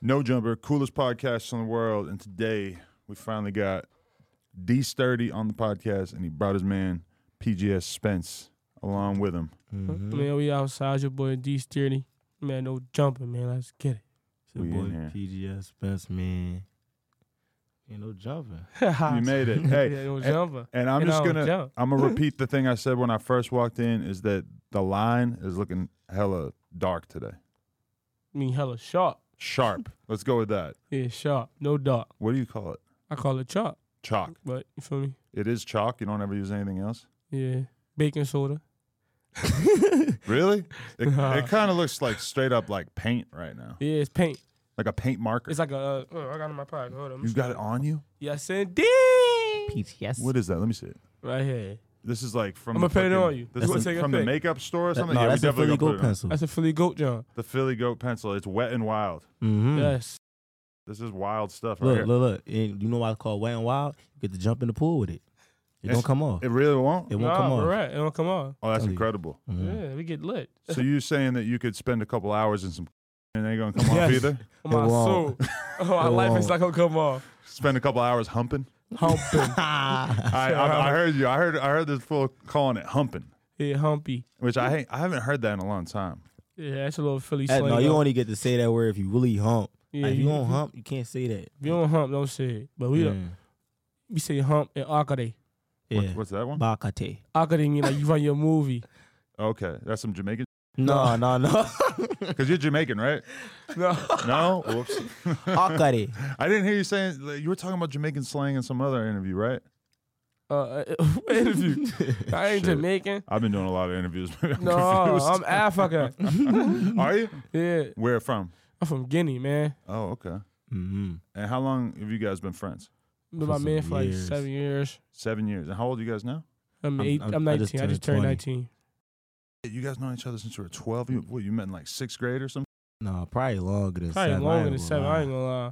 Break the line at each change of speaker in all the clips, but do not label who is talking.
No Jumper, coolest podcast in the world. And today we finally got D Sturdy on the podcast, and he brought his man PGS Spence along with him.
Mm-hmm.
Man, we outside your boy D Sturdy. Man, no jumping, man. Let's get it.
It's your
We in
boy
here.
PGS best man. Ain't no jumping.
You made it. Hey,
yeah, no
and-
jumping.
And I'm
And
just
I don't
gonna
jump.
I'm gonna repeat the thing I said when I first walked in is that the line is looking hella dark today.
I mean, hella sharp.
Sharp. Let's go with that.
Yeah, sharp. No dark.
What do you call it?
I call it chalk,
Chalk.
but you feel me?
It is chalk. You don't ever use anything else.
Yeah. Baking soda.
Really? It,
Nah.
it kind of looks like straight up like paint right now,
Yeah, it's paint.
like a paint marker.
It's like a. Uh, oh, I got it in my pocket. Hold on.
You got it on you?
Yes, indeed.
PTS.
What is that? Let me see it.
Right here.
This is like from.
I'ma
the
put it
fucking-
on you.
This is
Let's take a
from the
pic.
makeup store or
That-
something.
no,
yeah,
that's
we
a Philly
definitely gonna
gold
put it on.
pencil.
That's a Philly goat, John.
The Philly goat pencil. It's wet and wild.
Mm-hmm.
Yes.
This is wild stuff. Right
Look,
here.
look, look. And you know why it's called wet and wild? You get to jump in the pool with it. It
It's-
don't come off. It,
It really won't.
won't
nah,
come off.
we're right. It won't come on.
Oh, that's
Tell you.
incredible.
Mhm.
Yeah, we get lit.
So you're saying that you could spend a couple hours in some and they ain't gonna come off
Yes.
either?
Oh, my
It
soul.
won't.
Oh, my
It
life
won't.
is not gonna come off.
Spend a couple hours humping.
Humping.
I, I, I heard you. I heard. I heard this fool calling it humping,
yeah, humpy.
which I ain't- I haven't heard that in a long time.
Yeah, that's a little Philly
That-
slang.
no, you
though.
only get to say that word if you really hump.
yeah,
Like, if you
you-
don't hump, you can't say that.
If you don't hump, don't say it. But we don't,
Yeah.
we say hump and akade.
What-
Yeah.
what's that one?
Bakate.
Akade mean like you run your movie.
Okay, that's some Jamaican.
No, no, no.
Because you're Jamaican, right?
No.
No. Whoops.
Akate.
I didn't hear you saying like, you were talking about Jamaican slang in some other interview, right?
Uh, interview. I ain't
Shit.
Jamaican.
I've been doing a lot of interviews. but I'm
No, I'm Africa.
confused. Are you?
Yeah,
Where from?
I'm from Guinea, man.
Oh, okay.
Mm-hmm.
And how long have you guys been friends?
Been my
For
man
some
for like
years.
seven years.
Seven years. And how old are you guys now?
I'm
I'm-
eight.
I'm-
I'm,
I
19. I
just
just,
turned
turned
20.
19.
You guys know each other since you were 12. You, what, you met in like sixth grade or something?
No, probably longer than
Probably
seven. I
longer
ain't
than
gonna
seven.
lie.
I ain't gonna lie.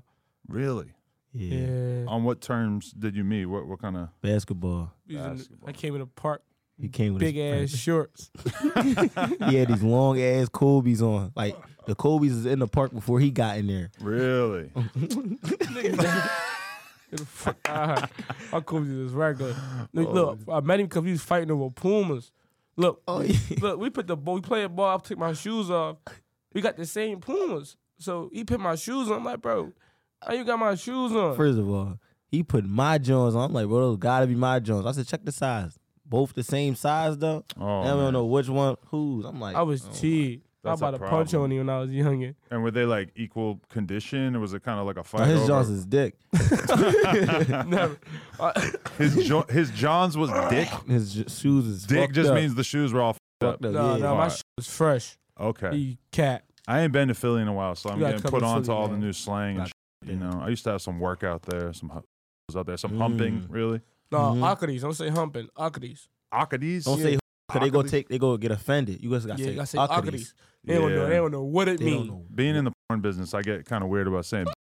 Really?
Yeah.
Yeah.
On what terms did you meet? What what kind of?
Basketball.
These are the-
Basketball.
I came in the park,
He came with his
Mm-hmm. big ass
friends.
shorts.
he had these long ass Kobe's on. Like the Kobe's is in the park before he got in there.
Really?
Get the fuck out of here. I come to this regular. Look, look, I met him because he was fighting over Pumas. Look,
Oh yeah.
look, we put the ball, we played ball. I took my shoes off. We got the same Pumas. So he put my shoes on. I'm like, bro, how you got my shoes on?
First of all, he put my Jones on. I'm like, bro, those gotta be my Jones. I said, check the size. Both the same size though.
Oh,
I don't
man.
know which one whose. I'm like,
I was
oh.
cheated. I
That's a
about to punch
problem.
on him when I was younger.
And were they like equal condition, or was it kind of like a
Oh,
fight?
his
over-
Jones is dick.
Never. I-
his jo- his Johns was dick.
His j- shoes is
Dick
fucked
just
up.
means the shoes were all fucked up.
fucked up.
no,
yeah.
no, my
Alright.
shit was fresh.
Okay,
He cat.
I ain't been to Philly in a while, so I'm
You gotta
getting put
come to
on to
Philly,
all the
man.
new slang. And
Gotta
shit, you know, I used to have some work out there, some hu- out there, some
Mm.
humping. Really,
No,
Mm-hmm.
Mhm.
Akides. Don't say humping. Akides.
Akadis.
Don't say because they go
Ockley.
take they go get offended. You guys gotta
Yeah,
say,
you gotta say
Ockley's.
Akides. They, don't know,
Yeah.
they don't know what it
They don't
means.
know.
Being in the porn business, I get kind of weird about saying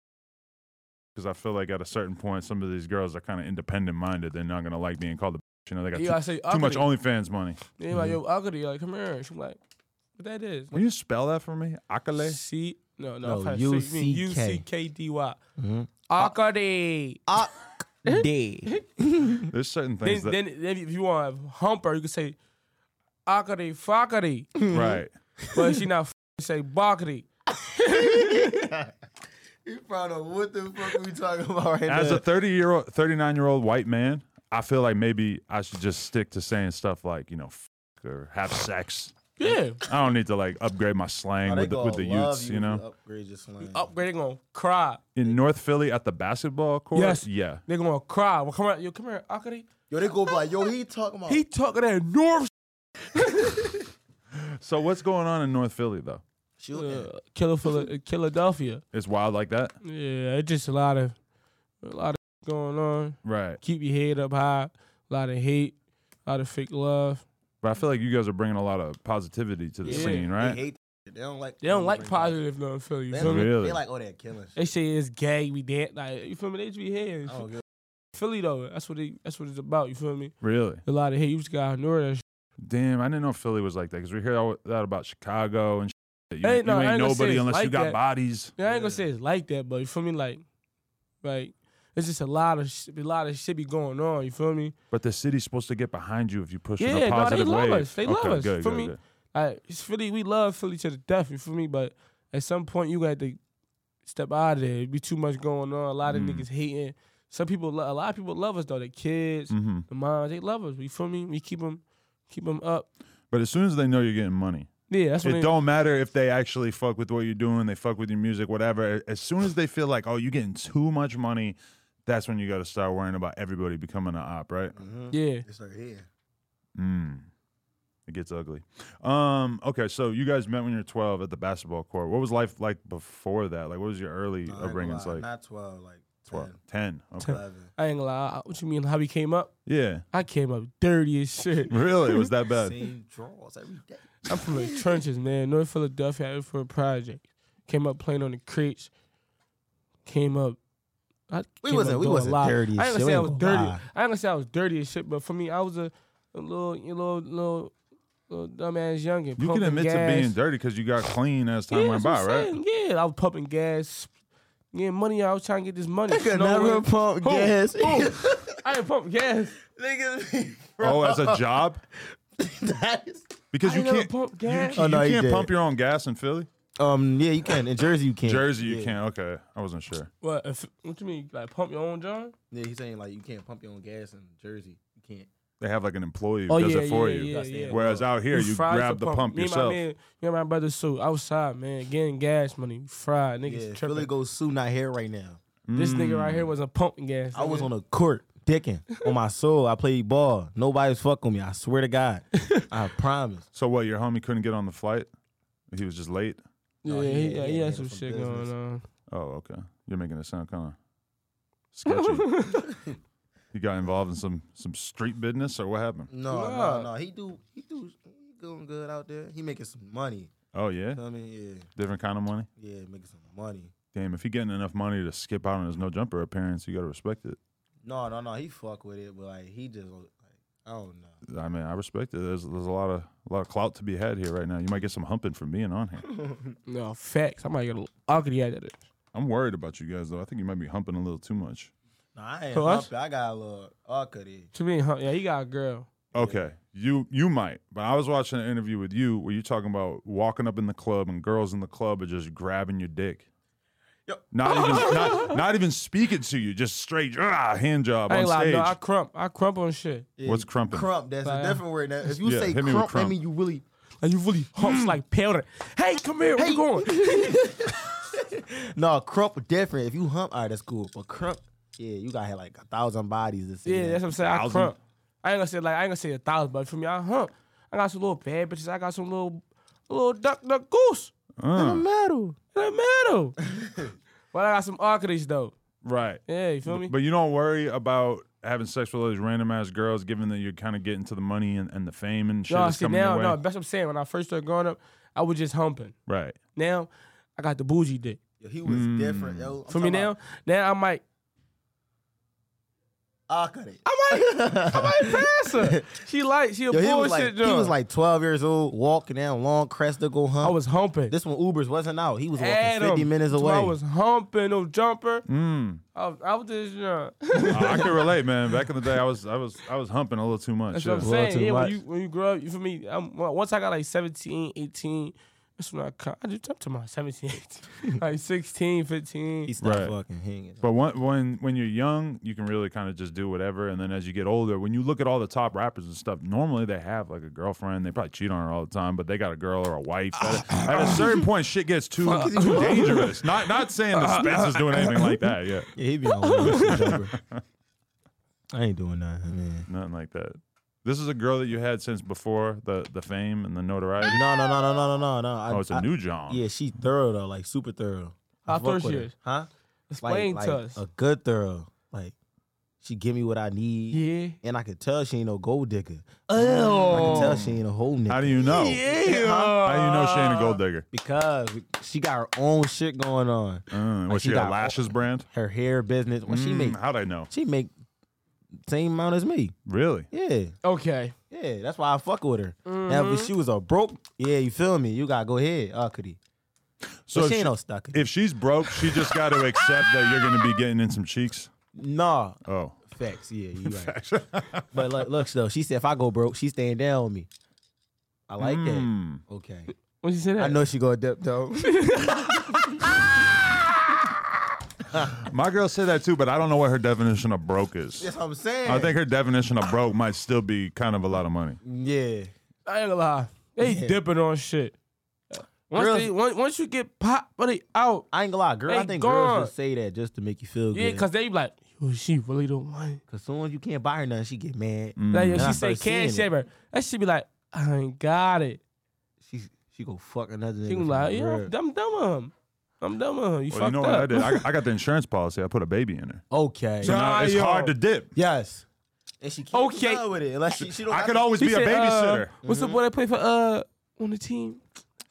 because I feel like at a certain point, some of these girls are kind of independent minded. They're not gonna like being called the. bitch, You know, they got
You
too,
gotta say
too much Mm-hmm.
Akides.
OnlyFans money.
They like, yo, Akade, like, come here. She's like, what that is?
Will you spell that for me? Akale.
C, no,
No,
no, if I say- you mean
UCK.
UCKDY.
Mm-hmm.
Mhm.
Akade.
Ockley.
There's certain
Then,
things that
then, then if you want to humper, you can say Akade, Fakade.
right.
but if she not f- say Bakade.
You found out what the fuck we talking about right
As a 30 year old, 39 year old white man, I feel like maybe I should just stick to saying stuff like, you know, f- or have sex.
Yeah.
I don't need to like upgrade my slang with the, with the youths, you, know.
Upgrade, they going to cry.
In North Philly at the basketball court,
Yes.
yeah.
they going to cry. Well, come here. Yo, come here, Akade.
Yo, they go like, yo, he talking about.
He talking that North
So what's going on in North Philly though?
s- uh, Killer, Philadelphia.
It's wild like that,
Yeah, it's just a lot of, a lot of going on.
right?
Keep your head up high. A lot of hate. A lot of fake love.
But I feel like you guys are bringing a lot of positivity to the
Yeah.
scene, right?
hate. They don't like.
They don't like positive though in Philly. You
They,
feel
don't-
me?
Really?
they like, oh, they're killing. Shit.
They say it's gay, we dance like you feel me. They just be hating.
I don't give
Philly though, that's what they, that's what it's about. You feel me?
Really?
A lot of hate. You just gotta ignore that. Shit.
Damn, I didn't know Philly was like that because we hear all that about Chicago and You,
Ain't
you
no- I
ain't
ain't gonna say
nobody
it's
unless you
like
got
that.
bodies.
Yeah, I ain't gonna say it's like that, but you feel me? Like, like it's just a lot of sh- a lot of shit be going on. You feel me?
But the city's supposed to get behind you if you push
Yeah,
in a
no, they
positive
love
way.
us. They love
okay,
us.
Good,
For
good,
me-
good.
Like it's Philly, we love Philly to the death. You feel me? But at some point, you got to step out of there. It be too much going on. A lot of
Mm.
niggas hating. Some people, lo- a lot of people love us though. The kids,
hmm
the moms, they love us. You feel me? We keep them, keep them up.
But as soon as they know you're getting money,
Yeah, that's what
it
they,
don't matter if they actually fuck with what you're doing, they fuck with your music, whatever. As soon as they feel like, oh, you're getting too much money, that's when you got to start worrying about everybody becoming an op, right?
yeah.
It's right here.
Mm. It gets ugly. Um, okay, so you guys met when you were 12 at the basketball court. What was life like before that? Like, what was your early
No, I ain't
upbringings
gonna lie.
like?
not twelve, like
12,
10,
10. Okay.
11.
I ain't gonna lie. What you mean? How we came up?
Yeah.
I came up dirty as shit.
Really? It was that bad?
Same draws every day.
I'm from the trenches, man. North Philadelphia, I was for a project. Came up playing on the crates. Came up. I
We
came
wasn't-
up
we
doing a
wasn't
lot.
dirty as
I ain't
shit.
gonna
We
say I
ain't
was
gonna
dirty.
lie.
I ain't gonna say I was dirty as shit, but for me, I was a, a little, you little, little, little dumbass youngin.
You can
pumping
admit
gas.
to being dirty because you got clean as time
yeah,
went by,
that's what I'm
right?
saying. Yeah, I was pumping gas, getting money. I was trying to get this money.
Nigga
Snowing.
never pump
Who?
gas.
I didn't pump gas.
Niggas,
Oh, as a job?
that is
Because
I
you
ain't never
can't.
pump
You,
gas.
ca-
Oh, no,
you
he
can't
did.
pump your own gas in Philly?
Um, yeah, you can. In Jersey, you can.
Jersey, you
Yeah.
can't. Okay. I wasn't sure.
What? If, what you mean? Like pump your own John?
Yeah, he's saying like you can't pump your own gas in Jersey. You can't.
They have like an employee who
Oh,
does
yeah,
it for
yeah,
you.
yeah,
That's the
yeah.
end.
Whereas out here,
We
you
fried
grab
for
the pump
me
yourself.
And my man, me and my brother Sue outside, man, getting gas money. We Fried niggas
Yeah,
tripping.
Philly
Go Sue not here right now.
this nigga
Mm.
right here wasn't pumping gas.
I was on a court dicking on my soul. I played ball. Nobody was fucking with me. I swear to God. I promise.
So what? Your homie couldn't get on the flight. He was just late.
yeah,
No,
he,
he
he,
had- he had-
had,
he had
some
some
shit
business.
going on.
Oh, okay. You're making it sound kind of sketchy. you got involved in some some street business, or what happened?
No,
Nah.
no, no. He do. He do. He doing good out there. He making some money.
Oh yeah,
You know what I mean,
different kind of money.
yeah, yeah, making some money.
Damn, if he getting enough money to skip out on his no jumper appearance, you gotta respect it.
No, no, no. He fuck with it, but like he just like I don't know.
I mean, I respect it. There's there's a lot of a lot of clout to be had here right now. You might get some humping from being on here.
no facts. I might get a ugly out of it.
I'm worried about you guys though. I think you might be humping a little too much.
No, I ain't
Who, us?
up. I got a little awkward there.
To me, huh? yeah, he got a girl.
Okay, you you might, but I was watching an interview with you where you're talking about walking up in the club and girls in the club are just grabbing your dick,
Yo.
not even not, not even speaking to you, just straight ah, hand job
I
on
ain't like,
stage.
no, I crump. I crump on shit.
Yeah,
What's crumping?
Crump. That's
Like,
a different word. Now, if you
Yeah,
say
hit
crump,
me with
that
crump.
mean you really.
Like you really
Mm.
humps like powder. Hey, come here. Where you going?
No, crump different. If you hump, all right, that's cool. But crump, yeah, you got to have like a thousand bodies to see.
Yeah,
that.
that's what I'm saying. I
Thousand?
crump. I ain't gonna say like I ain't gonna say a thousand, but for me, I hump. I got some little bad bitches. I got some little little duck duck goose.
Uh,
Metal.
In the middle. but I got some arcades though.
right,
Yeah, you feel me?
but you don't worry about having sex with all these random ass girls, given that you're kind of getting to the money and, and the fame and shit
no,
that's
see
coming
now,
your way.
no, that's what I'm saying. When I first started growing up, I was just humping.
Right,
Now, I got the bougie dick.
Yo, he was different. Yo, I'm
For me
talking
now,
about
now I might,
awkward.
I might, I might pass her. She like, she
Yo,
a
he was
bullshit
like he
joint.
was like 12 years old, walking down Long Crest to go
I
hump.
was humping.
this when Ubers wasn't out. He was walking
Adam,
50 minutes
so
away.
I was humping, no jumper.
mm.
I was, I was just, you know,
Uh, I can relate, man. Back in the day, I was I was I was humping a little too much.
That's what I'm
yeah.
Well,
saying.
too
Yeah, when
much.
you when you grow up, you for me. I'm, well, once I got like 17, 18, that's when I co- I just jumped to my 17, 18, like 16, 15.
he stopped
Right.
fucking hanging.
But when, when when you're young, you can really kind of just do whatever. And then as you get older, when you look at all the top rappers and stuff, normally they have like a girlfriend. They probably cheat on her all the time, but they got a girl or a wife. At, a- at a certain point, shit gets too too dangerous. Not not saying that Spence is doing anything like that. Yeah,
Yeah, he be on one jumper. I ain't doing nothing, man.
nothing like that. This is a girl that you had since before the the fame and the notoriety.
No, no, no, no, no, no, no, no. I-
Oh, it's
I-
a new John.
Yeah, she thorough though, like super thorough. I
How
fuck
thorough
with
she
her.
is?
Huh?
Explain
like,
to
like
us.
A good thorough. Like she give me what I need.
yeah.
And I could tell she ain't no gold digger. Oh. I could tell she ain't a whole nigga.
How do you know? How do you know she ain't a gold digger?
because she got her own shit going on.
Mm, was
she
she a
got-
lashes brand?
Her hair business. When she
Mm,
make
how'd I know?
she make same amount as me.
Really?
Yeah.
Okay. Mm-hmm.
Yeah. That's why I fuck with her. Now if she was a broke, yeah, you feel me? You gotta go ahead, Arkady.
So
But
if
she
she-
ain't no stucker.
If she's broke, she just got to accept that you're going to be getting in some cheeks.
nah,
Oh,
facts. Yeah, you right. but look, look, though, she said if I go broke, she staying down with me. I like
Hmm.
that. Okay,
When you say that,
I know she go dip though.
My girl said that too, but I don't know what her definition of broke is.
That's what I'm saying.
I think her definition of broke might still be kind of a lot of money.
Yeah.
I ain't gonna lie. They
Yeah.
dipping on shit. Once,
Girls-
they, once, once you get popped, but they out.
I ain't gonna lie, girl. I
They
think
gone.
girls would say that just to make you feel
Yeah,
good.
because they be like, Yo, she really don't want it.
Cause soon as you can't buy her nothing, she get mad.
Like, yo,
Then Mm, I
she say
start seeing
cash
it.
ever. That should be like, I ain't got it.
She she go fuck another.
She
nigga
was like,
for
yeah,
real.
I'm, I'm dumb on him. I'm dumb on him. You
Well, you
fucked
know
up.
what I did? I, I got the insurance policy. I put a baby in her.
Okay.
So now it's
Nah, yo.
hard to dip.
Yes. And she keep
Okay.
in love with it unless she, she don't.
I
got
could
the-
always
He
be a
said,
babysitter.
Uh, what's the boy that played for uh on the team?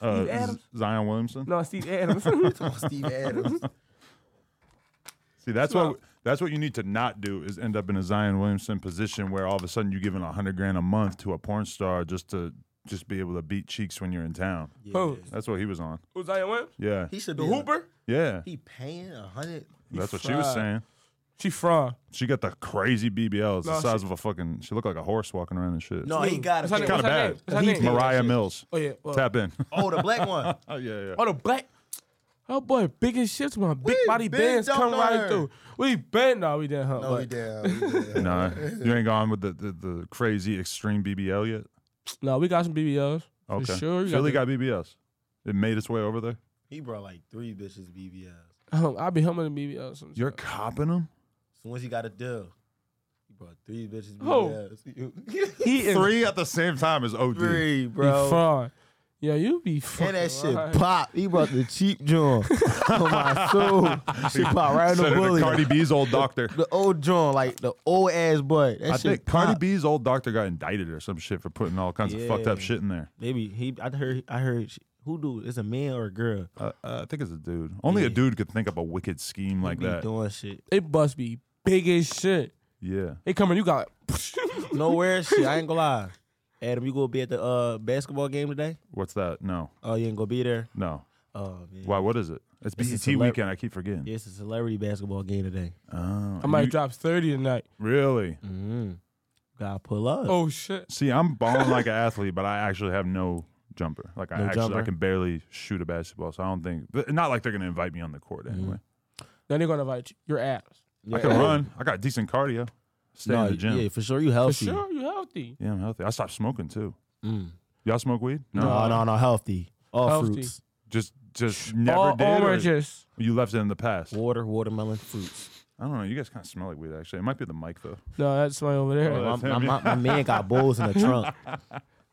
Uh,
Steve Adams?
Z- Zion Williamson.
No, Steve Adams.
Steve Adams.
See, that's what that's what you need to not do is end up in a Zion Williamson position where all of a sudden you're giving a hundred grand a month to a porn star just to just be able to beat cheeks when you're in town.
Who?
That's what he was on.
Who's Zion Williams?
Yeah,
He should
The
be
Hooper?
yeah.
He paying a hundred.
That's what she was saying.
She fraud.
She got the crazy BBLs,
No,
the size
she-
of a fucking. She looked like a horse walking around and shit.
No, he got
What's her
it.
name?
kinda
What's her
bad.
name? What's her name?
Mariah Mills.
Oh yeah. Well,
Tap in.
Oh, the black one.
Oh yeah, yeah.
Oh, the black. Oh boy, biggest shifts when big
We
body
been
bands come
dumped on
right
her.
through. We been no, we didn't hunt.
Oh,
but-
he down. He down.
Nah, you ain't gone with the, the, the crazy extreme BBL yet.
no, we got some BBLs.
Okay,
For sure. you
Philly
gotta-
got BBLs. It made its way over there.
He brought like three bitches BBLs.
Hum- I be humming the BBLs. Sometimes.
You're copping them.
So once he got a deal, he brought three bitches
Who?
BBLs.
he is
Three at the same time is OD.
three,
be fraud. Yo, you be fraud.
And that shit pop. He brought the cheap joint on my soul. She pop right on
Said
the
it to
bully.
Cardi B's old doctor.
the old joint, like the old ass butt. That
I
shit
think Cardi
pop.
B's old doctor got indicted or some shit for putting all kinds of fucked up
Yeah.
shit in there.
Maybe he. I heard. I heard. She, who do? It's a man or a girl?
Uh, uh, I think it's a dude. Only a
Yeah.
dude could think up a wicked scheme like
be
that.
doing shit.
It must be big as shit.
Yeah.
They coming, you got
Nowhere shit. I ain't gonna lie. Adam, you gonna be at the uh, basketball game today?
What's that? No,
Oh, you ain't gonna be there.
no.
Oh man.
Why? What is it? It's
It's
BET
a celeb-
weekend. I keep forgetting.
Yeah, it's a celebrity basketball game today.
Oh,
I might
you-
drop 30 tonight.
really.
Mm-hmm. Gotta pull up.
Oh shit.
See, I'm balling like an athlete, but I actually have no jumper. Like I
No
actually I
jumper?
can barely shoot a basketball, so I don't think. but Not like they're gonna invite me on the court
Mm-hmm.
anyway.
Then they're gonna invite you. Your abs.
I can run. I got decent cardio. Stay
No,
in the gym.
Yeah, for sure. You
For
healthy.
sure, you healthy.
Yeah, I'm healthy. I stopped smoking too.
Mm.
Y'all smoke weed?
No, no, no. Healthy. All
Healthy.
fruits.
Just, just never
All
did. or
oranges.
You left it in the past.
Water, watermelon, fruits.
I don't know. You guys kind of smell like weed. Actually, it might be the mic though.
No, that's somebody over there.
Oh,
My,
that's
my,
him,
my, my man got bowls in the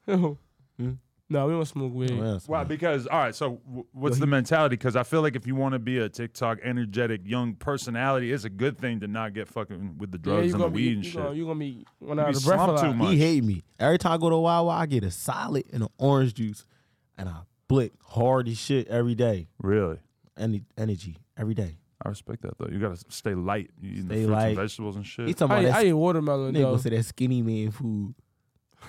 trunk. Hmm?
No, we don't smoke weed.
Well,
Wow, because all right. So, w- what's
Yo,
the mentality? Because I feel like if you want to be a TikTok energetic young personality, it's a good thing to not get fucking with the
Yeah,
drugs
you
and the
gonna be,
weed and
you
shit.
gonna, you gonna be one
You
out
be
of breath a
slumped too
lot.
much.
He hate me. Every time I go to Wawa, I get a solid and an orange juice, and I blick hard as shit every day.
Really,
Any energy every day.
I respect that though. You gotta stay light. You eating the fruits
Stay
and
light.
vegetables and shit.
He talking
I,
about
eat-
that.
I eat watermelon
nigga
though.
gonna say that skinny man food.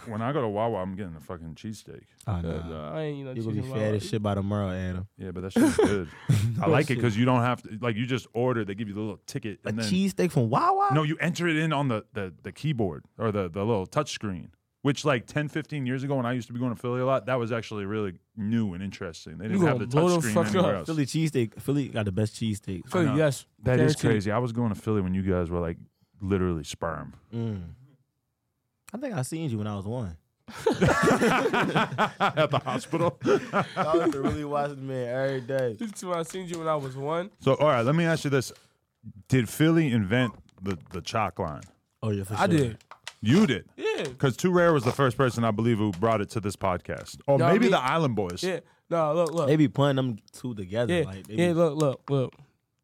when I go to Wawa, I'm getting a fucking cheesesteak.
Oh,
Uh,
no.
no, I ain't eat no
you gonna be
chicken
fat
wawa.
as shit by tomorrow, Adam.
Yeah, but that shit's good. I like it
Bullshit.
because you don't have to. Like, you just order. They give you the little ticket.
A
And then,
cheesesteak from Wawa?
No, you enter it in on the, the, the keyboard or the, the little touch screen, which like 10, 15 years ago when I used to be going to Philly a lot, that was actually really new and interesting. They didn't
gonna
have the
blow the
touch screen
fuck
anywhere
up.
else.
Philly cheesesteak. Philly got the best cheesesteak.
Philly,
know.
yes.
That is
Guaranteed.
crazy. I was going to Philly when you guys were like literally sperm.
Mm. I think I seen you when I was one.
At the hospital.
I used to really watch the man every day.
This is when I seen you when I was one.
so, all right, let me ask you this. Did Philly invent the, the chalk line?
Oh yeah, for sure.
I did.
You did.
Yeah.
Because Too Rare was the first person I believe who brought it to this podcast. Or
No, I
maybe
mean-
the Island Boys.
Yeah. No, look, look.
They be putting them two together.
Yeah,
Like, they
yeah.
be-
Look, look, look.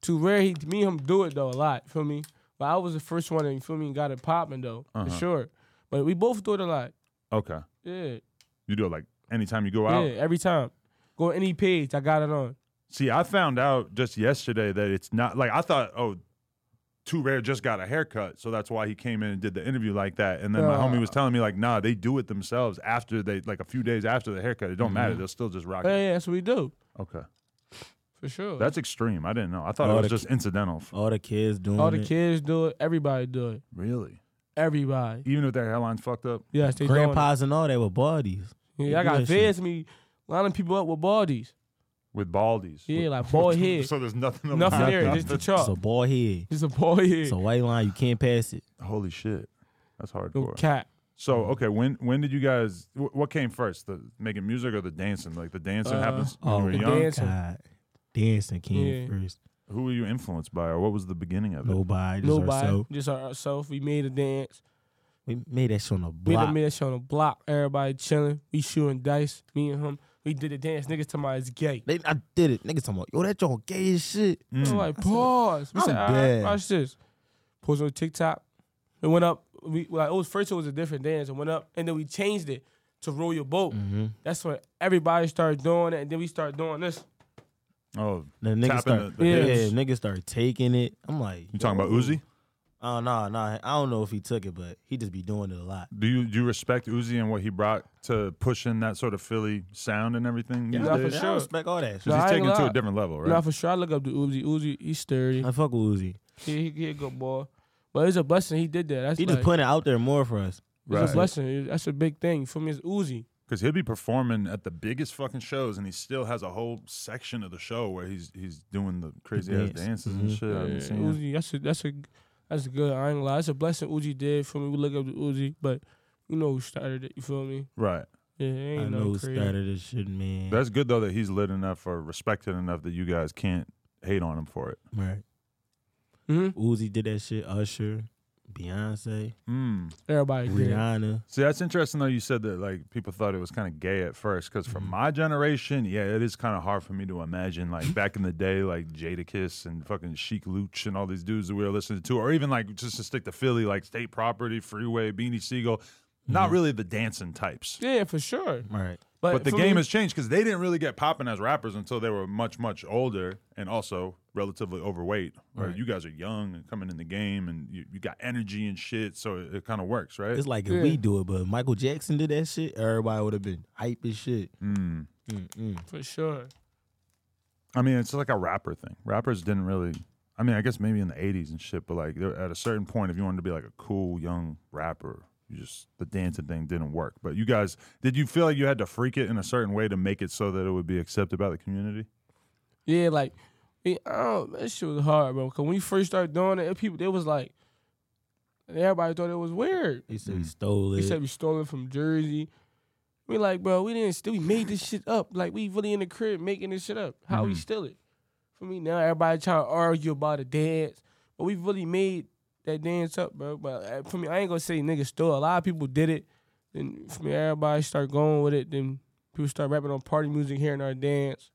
Too rare. He, me and him do it though a lot. You feel me? But I was the first one that you feel me got it popping though for sure. But we both do it a lot.
Okay.
Yeah,
You do it like anytime you go out.
yeah. Every time, go any page, I got it on.
See, I found out just yesterday that it's not like I thought, oh, Too Rare just got a haircut, so that's why he came in and did the interview like that. And then my homie was telling me, like, nah, they do it
Mm-hmm.
themselves after they like a few days after the haircut. It don't matter. They'll still just rock
Yeah,
it.
yeah. That's what we do.
Okay.
for sure.
That's extreme. I didn't know. I thought
Oh,
it was
the
just incidental.
All the kids doing
all the
it.
kids do it. Everybody do it.
Really?
Everybody.
Even if their hairline's fucked up.
Yes, they Grandpa.
Grandpas and all that were bodies.
Doing it. Yeah, I got
Listen.
feds me lining people up with baldies.
with baldies.
Yeah, like bald head.
so there's nothing. to
Nothing
line
there,
up.
just the
It's a
chalk.
ball head.
It's a bald
It's
head.
a white line. You can't pass it.
Holy shit, that's
No
hardcore.
cap.
So okay, when when did you guys? Wh- what came first, the making music or the dancing? Like the dancing
Uh,
happens when you were
the
young.
dance- dancing.
Oh, God. Dancing came
Yeah.
first.
Who were you influenced by, or what was the beginning of it?
Nobody. Just
Nobody.
Ourselves.
Just our- ourselves. We made a dance.
We made that shit on the
We done
block.
made that shit on the block. Everybody chilling. We shooting dice. Me and him. We did the dance. Niggas to my is gay.
They, I did it. Niggas talking about, yo, that joint gay as shit.
Mm.
I'm like, pause. We
I'm
said, all right,
dead.
watch this. Post on TikTok. It went up. We like it was first. It was a different dance. It went up, and then we changed it to roll your boat.
Mm-hmm.
That's when everybody started doing it, and then we started doing this.
oh,
The niggas
Tapping
start,
the- the
yeah,
hips.
niggas start taking it. I'm like,
you talking about
yo.
Uzi?
Oh no, no, I don't know if he took it, but he just be doing it a lot.
Do you do you respect Uzi and what he brought to pushing that sort of Philly sound and everything?
Yeah,
these
nah, for
days?
sure.
I respect all that. shit.
Nah,
Because
I
he's
ain't
taking it to
lie.
a different level, right?
Now for sure, I look up to Uzi. Uzi, he's sturdy.
I fuck with Uzi.
He, he, he a good boy. But it's a blessing he did that. That's
He
like,
just putting it out there more for us.
it's a
right.
blessing. That's a big thing for me. It's Uzi.
Because he'll be performing at the biggest fucking shows, and he still has a whole section of the show where he's he's doing the crazy ass
dance.
dances and
Mhm.
shit. I haven't seen.
Uzi, that's a that's a that's good. I ain't gonna lie. It's a blessing Uzi did for me. We look up to Uzi, but you know who started it. You feel me?
Right.
Yeah, it ain't
I
no
know who
crazy.
started this shit, man.
That's good though that he's lit enough or respected enough that you guys can't hate on him for it.
right.
hmm
Uzi did that shit. Usher, Beyonce,
Mm.
Everybody did.
Rihanna.
See, that's interesting though. You said that like people thought it was kind of gay at first because
Mm-hmm.
for my generation, yeah, it is kind of hard for me to imagine like back in the day, like Jadakiss and fucking Chic Luch and all these dudes that we were listening to, or even like just to stick to Philly, like State Property, Freeway, Beanie Siegel. Not really the dancing types.
Mm-hmm. Yeah, for sure.
Right.
But,
But the
for
game
me,
has changed because they didn't really get popping as rappers until they were much, much older and also relatively overweight. Where
Right.
you guys are young and coming in the game and you, you got energy and shit, so it, it kind of works, right?
It's like if
Yeah.
we do it, but if Michael Jackson did that shit, everybody would have been hype as shit.
Mm.
Mm-mm.
for sure.
I mean, it's like a rapper thing. Rappers didn't really. I mean, I guess maybe in the '80s and shit, but like there- at a certain point, if you wanted to be like a cool young rapper, you just the dancing thing didn't work. But you guys, did you feel like you had to freak it in a certain way to make it so that it would be accepted by the community?
Yeah, like it, I don't, that shit was hard, bro. Cause when you first started doing it, people they was like, everybody thought it was weird.
He said he
Mm.
stole it.
We said we stole it from Jersey. We like, bro, we didn't steal. We made this shit up. Like we really in the crib making this shit up. How
Mm-hmm.
we
Mhm.
steal it? For me now, everybody trying to argue about a dance, but we really made that dance up, bro. But uh, for me, I ain't gonna say niggas stole. A lot of people did it. Then for me, everybody start going with it. Then people start rapping on party music, hearing our dance.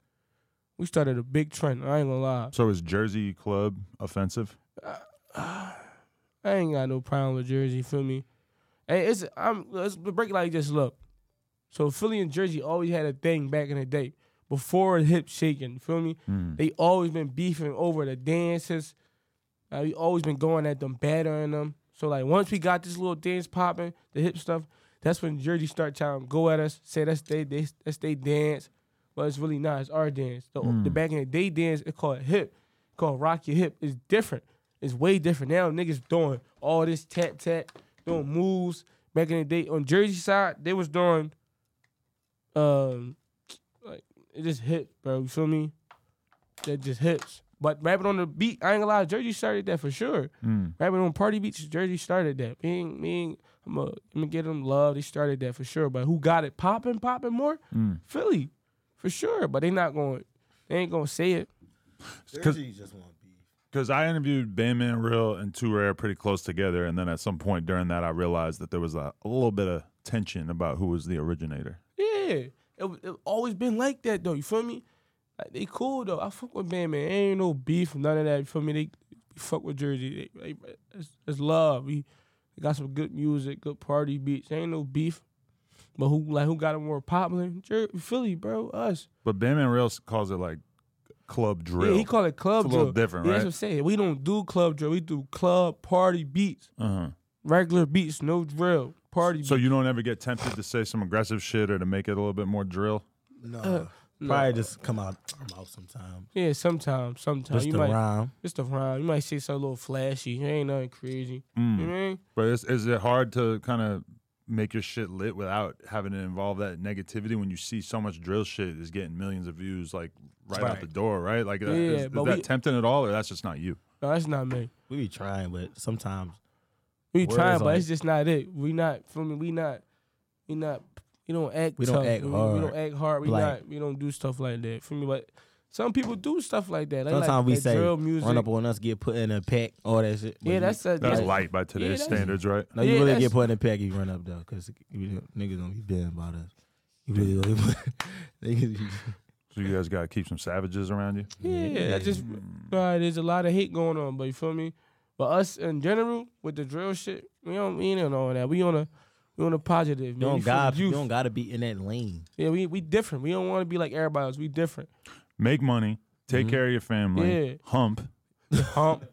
We started a big trend. I ain't gonna lie.
So is Jersey Club offensive?
I ain't got no problem with Jersey. Feel me? Hey, it's I'm let's break it like this. Look, so Philly and Jersey always had a thing back in the day before hip shaking. Feel me?
Mm.
They always been beefing over the dances. Uh, we always been going at them, battering them. So like once we got this little dance popping, the hip stuff, that's when Jersey start trying to go at us, say that's they, they that's they dance, but it's really not. It's our dance. The, the
Mm.
back in the day dance, it's called hip, It's called rock your hip. It's different. It's way different now. Niggas doing all this tap tap, doing moves. Back in the day on Jersey side, they was doing, um, like it just hip, bro. You feel me? That just hips. But rapping on the beat, I ain't gonna lie, Jersey started that for sure.
Mm.
Rapping on party beats, Jersey started that. Me, and- me, and- I'm gonna I'm get them love. They started that for sure. But who got it popping, popping more?
Mm.
Philly, for sure. But they not going. They ain't gonna say it.
Because
just want beef.
because I interviewed Bandman Real and Two Rare pretty close together, and then at some point during that, I realized that there was a, a little bit of tension about who was the originator.
Yeah, it, was- it always been like that though. You feel me? Like they cool though. I fuck with Bandman. Ain't no beef, none of that. You feel me? They we fuck with Jersey. They, they, it's, it's love. We, we got some good music, good party beats. Ain't no beef. But who like who got it more popular? Jer- Philly, bro. Us.
But Bandman Real s- calls it like club drill.
Yeah, he called it club
It's a
drill.
little different,
yeah, That's
right?
what I'm saying. We don't do club drill. We do club party beats,
uh-huh.
regular beats, no drill, party.
So
beats.
you don't ever get tempted to say some aggressive shit or to make it a little bit more drill.
No.
Uh,
Probably just come out her mouth sometime.
Yeah, sometimes, sometimes
Just
you
the
might
rhyme.
just the rhyme. You might say something a little flashy. It ain't nothing crazy. You know what I mean?
Mm. But is, is it hard to kind of make your shit lit without having to involve that negativity when you see so much drill shit is getting millions of views like right, out
Right.
the door, right? Like, that-
Yeah,
is, is
but
that
we-
tempting at all, or that's just not you?
No, that's not me.
We be trying, but sometimes
We
Word
trying,
is
but
like-
it's just not it. We not feel me. We not. We not. We don't act.
We don't
tough.
act
we, We
hard.
don't act hard. We
Like-
not. We don't do stuff like that. For me, but some people do stuff like that. They like
sometimes we
that
say
drill music.
run up on us, get put in a pack, all that shit. but
yeah,
you-
that's a,
That's
yeah.
light by today's
that's-
standards, right?
no, you
yeah,
really
that's-
get put in a pack if you run up though, because niggas don't be damn about us. You really don't. Be, niggas be,
So you guys got to keep some savages around you. Mm.
Yeah, I just nah, there's a lot of hate going on, but you feel me? But us in general with the drill shit, we don't we ain't on all that. We on a we on a positive.
you
Man.
don't
We feel the
got you
youth.
don't gotta be in that lane.
Yeah, we we different. We don't want to be like everybody else. We different.
Make money, take care of your family,
Mm-hmm. Yeah.
hump,
Hump.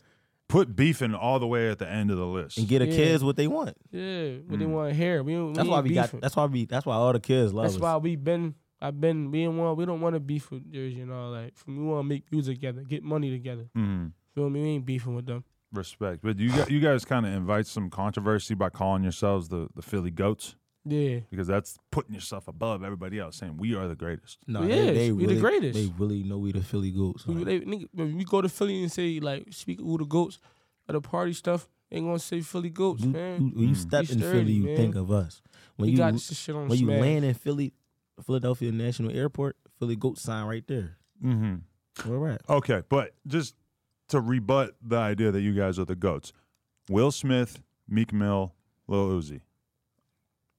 put beefing all the way at the end of the list.
and get the
Yeah.
kids what they want.
yeah, we didn't want to hear. We, we
That's why
ain't
we got.
beefing.
That's why we. That's why all the kids love
That's
us.
why we been. I've been. We don't want. We don't want to beef with Jersey and all that. We want to make music together, get money together.
Mm,
Feel me? We ain't beefing with them.
respect, but you got, you guys kind of invite some controversy by calling yourselves the the Philly goats
Yeah.
because that's putting yourself above everybody else, saying we are the greatest.
no,
we is. We the greatest.
They really know we the Philly goats.
We,
like,
they, nigga, when we go to Philly and say like speak who the goats at the party stuff, they gonna say Philly goats,
you-
man.
you- when you
Mm.
step
We
in
sturdy,
Philly, you
man.
think of us. When
We
you
got this shit on
when you
smash.
land in Philly, Philadelphia National Airport, Philly goat sign right there.
Mm-hmm.
Where we're at.
Okay, but just to rebut the idea that you guys are the goats, Will Smith, Meek Mill, Lil Uzi.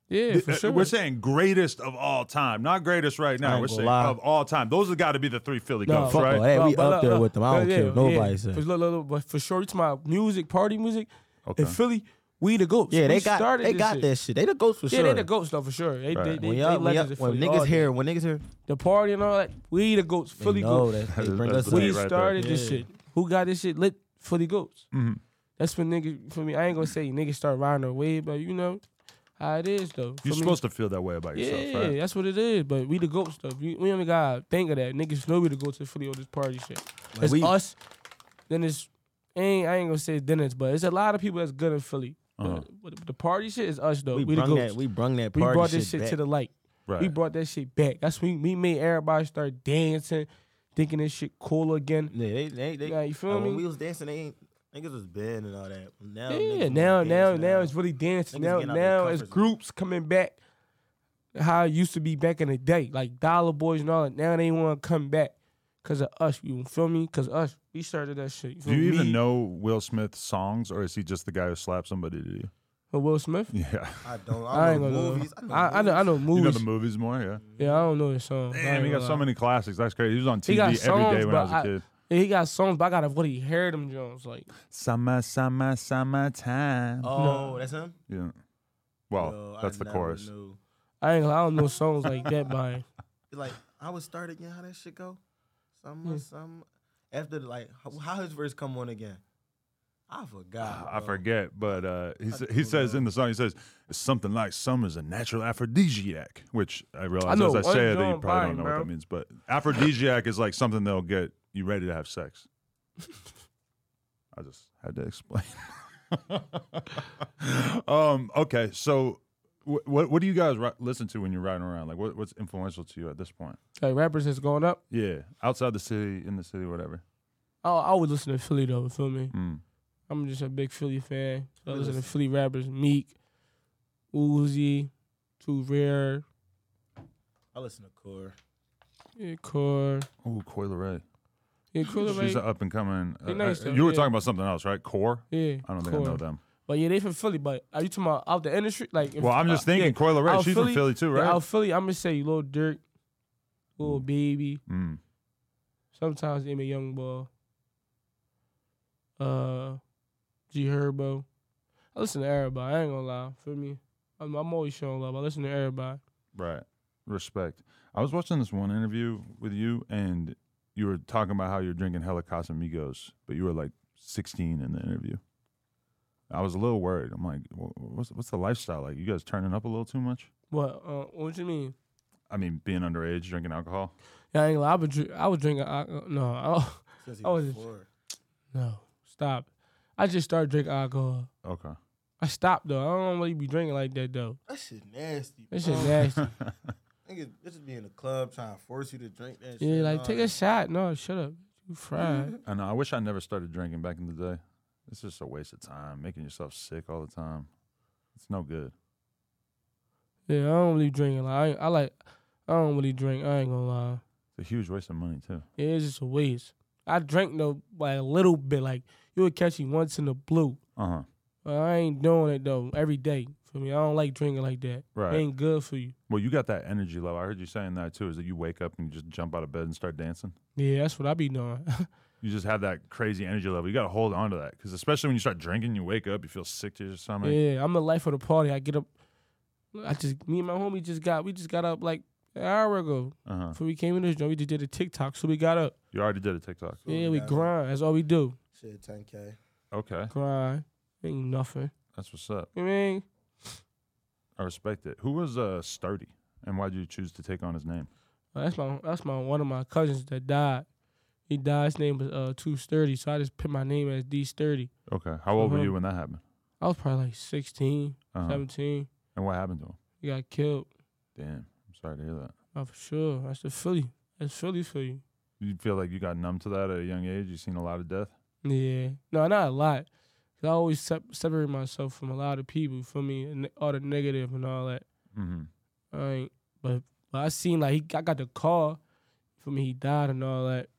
Yeah,
Th-
for
uh,
sure.
We're saying greatest of all time, not greatest right now.
ain't
We're
gonna
saying
lie.
of all time. Those have got to be the three Philly
No,
goats,
fuck
right?
all that. Hey, we
but
up
look,
there
look,
with them. I
look,
don't
yeah,
care. Nobody
yeah.
said.
For, look, look, look, but for sure, it's my music, party music.
Okay.
In Philly, we the goats.
Yeah, they
We
got
started
they
this
got
shit.
that shit. They the goats for
Yeah,
sure.
they the goats though for sure. They, they,
Right.
they,
When,
they
y'all, when, y'all,
legends in
when
Philly.
niggas
All
here, when niggas here,
the party and all that, we the goats. Philly
they know
goats.
that they
That's-
bring
that's
us
the
up.
day
We
right
started
there.
this
Yeah.
shit. Who got this shit lit? Philly goats.
Mhm.
That's when niggas for me. I ain't gonna say niggas start riding their wave, but you know how it is though.
You're
For me,
supposed to feel that way about yourself,
yeah,
right?
that's what it is. But we the goat stuff. We, we only gotta think of that. Niggas know we the goats to Philly or this party shit. it's
we-
us. Then it's ain't I ain't gonna say then it's but it's a lot of people that's good in Philly.
Uh-huh.
But, but the party shit is us though.
We
We, the
brung
goats.
that. We brung that
We
party
brought this shit
back.
to the light.
Right.
We brought that shit back. That's when we made everybody start dancing, thinking this shit cool again.
Yeah, they, they, they,
Yeah, you feel
like,
me?
When we was dancing, they ain't niggas was banned and all that. Now, niggas
Yeah,
wanna
now,
dance
now, now it's really dancing.
Niggas
Now,
getting out their
now it's
comfort zone.
groups coming back. How it used to be back in the day, like Dollar Boys and all that. Now they want to come back because of us. You feel me? Because us, we started that shit.
Do you
feel me?
even know Will Smith's songs, or is he just the guy who slapped somebody to you?
Or Will Smith?
Yeah.
I don't.
I
I
ain't
don't know
gonna know.
movies. I know
I, I know, I know
You know
movies.
the movies more, yeah.
yeah, I don't know his song. I
Damn,
ain't
he got
gonna
so
lie.
many classics. That's crazy. He was on TV
He got
every day
songs,
when I
but
was
I-
a kid.
Yeah, he got songs, but I got to what he heard them Jones like.
Summer, summer, summertime.
Oh, that's him.
Yeah. Well,
Yo, I
that's the
never
chorus.
knew.
I ain't. gonna lie, I don't know songs like that by. him.
Like I would start again. How that shit go? Some some after like how, how his verse come on again? I
Uh,
forgot.
I
bro.
forget, but uh, he sa- he
don't
says
know.
in the song he says it's something like summer's a natural aphrodisiac, which I realize
know
as I
one
say it that you
song
probably
by
don't
him,
know what
bro.
that means, but aphrodisiac is like something that'll get you ready to have sex. I just had to explain. um, okay, so wh- what what do you guys ri- listen to when you're riding around? Like what, what's influential to you at this point?
Like rappers that's going up.
Yeah, outside the city, in the city, whatever.
I Oh, I would listen to Philly though. Feel me?
Mm.
I'm just a big Philly fan. So I
We
listen to
listen-
Philly rappers, Meek, Uzi, Too Rare,
I listen to Core.
yeah, Core,
Oh, Coil Ray.
yeah, Cooler
She's
Ray,
an up and coming.
They
uh,
nice
uh,
though,
you were
yeah.
talking about something else, right? Core.
yeah,
I don't think I know
Core.
them.
But yeah, they from Philly. But are you talking about out the industry? Like, if-
Well, I'm just
uh,
thinking
yeah,
Coil Ray.
out
She's from
Philly,
Philly too,
yeah,
right?
out Philly, I'm gonna say Lil Durk, Lil
Mm.
Baby,
Mm.
sometimes Emma Young Ball, uh, G Herbo. I listen to everybody. I ain't gonna lie. Feel me? I'm, I'm always showing love. I listen to everybody.
Right. Respect. I was watching this one interview with you, and you were talking about how you're drinking hella Casamigos, but you were like 16 in the interview. I was a little worried. I'm like, wh- what's what's the lifestyle like? You guys turning up a little too much?
What? Uh, what you mean?
I mean, being underage, drinking alcohol.
Yeah, I ain't lie. I, been dri- I was drinking. alco- No, I,
Since he
I
was
was-
four.
no, stop. I just started drinking alcohol.
Okay.
I stopped though. I don't really be drinking like that though.
That shit nasty.
That shit
bro.
nasty.
Niggas, bitches be in the club trying to force you to drink that shit.
Yeah, like
nah.
take a shot. No, shut up. You fried.
I know. I wish I never started drinking back in the day. It's just a waste of time, making yourself sick all the time. It's no good.
yeah, I don't really drink. Like I, ain't- I like. I don't really drink. I ain't gonna lie.
It's a huge waste of money too.
Yeah, it's just a waste. I drink though, like a little bit. Like you would catch me once in the blue.
Uh huh.
But I ain't doing it though every day. For me, I don't like drinking like that.
Right.
Ain't good for you.
Well, you got that energy level. I heard you saying that too. Is that you wake up and you just jump out of bed and start dancing?
Yeah, that's what I be doing.
You just have that crazy energy level. You got to hold on to that because especially when you start drinking, you wake up, you feel sick to your stomach.
yeah, I'm the life of the party. I get up. I just me and my homie just got we just got up like an hour ago
Uh huh.
before we came in this joint. We just did a TikTok, so we got up.
You already did a TikTok.
Cool,
yeah, we
guys.
grind. That's all we do.
Shit, 10K.
Okay,
Grind. Ain't nothing.
that's what's up.
You know what I mean,
I respect it. Who was uh Sturdy, and why did you choose to take on his name?
Uh, that's my that's my one of my cousins that died. He died. His name was uh Two Sturdy, so I just put my name as D Sturdy.
Okay, how old were
Mhm.
you when that happened?
I was probably like 16,
Uh-huh.
17.
And what happened to him?
He got killed.
Damn, I'm sorry to hear that.
Oh, for sure. That's the Philly. That's Philly for you.
You feel like you got numb to that at a young age. You seen a lot of death.
Yeah. No, not a lot. 'Cause I always sep- separate myself from a lot of people. For me, and all the negative and all that.
Mm-hmm.
I ain't. But, but I seen like he, I got the call. For me, he died and all that.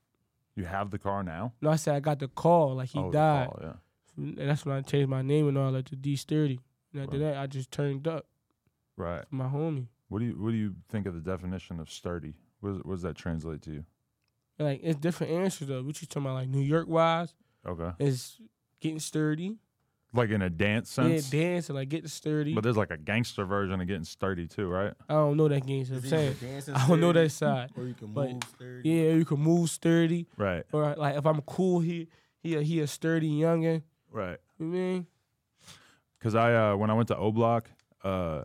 You have the car now.
No, I said I got the call. Like he
Oh, the
died.
call, yeah.
And that's when I changed my name and all that to D Sturdy. And after
Right.
that, I just turned up
Right.
for my homie.
What do you What do you think of the definition of sturdy? What, does- what does that translate to you?
And, like it's different answers though. What you talking about? Like New York wise,
Okay.
is getting sturdy.
Like in a dance sense.
Yeah, dancing like getting sturdy.
but there's like a gangster version of getting sturdy too, right?
I don't know that game. So I'm
Is it
saying
either dancing
I don't know
sturdy
that side.
Or you can
but-
move sturdy.
Yeah, you can move sturdy,
Right.
or like if I'm cool, he he a, he a sturdy youngin.
Right.
You mean?
Because I uh, when I went to O Block, uh,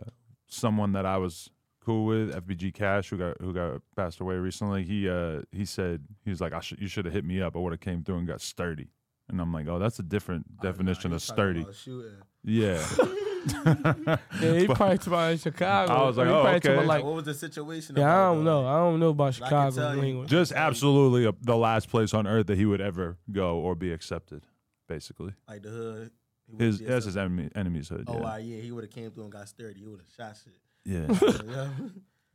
someone that I was cool with, FBG Cash, who got who got passed away recently, he uh, he said he was like, I should you should have hit me up. I would have came through and got sturdy. And I'm like, oh, that's a different definition of sturdy. Yeah.
Yeah, he
But-
probably talking about in Chicago.
I was
or
like, oh,
he probably talking
okay.
Like,
about, like,
what was the situation?
yeah, I
about,
don't
though?
know. I don't know about
But I can
Chicago
tell you-
language.
just absolutely a, the last place on earth that he would ever go or be accepted, basically.
Like the hood. he wouldn't
His
be
that's
accepted.
his enemy, enemy's hood.
Oh,
yeah,
wow, yeah, he would have came through and got sturdy. He would have shot shit.
yeah.
yeah.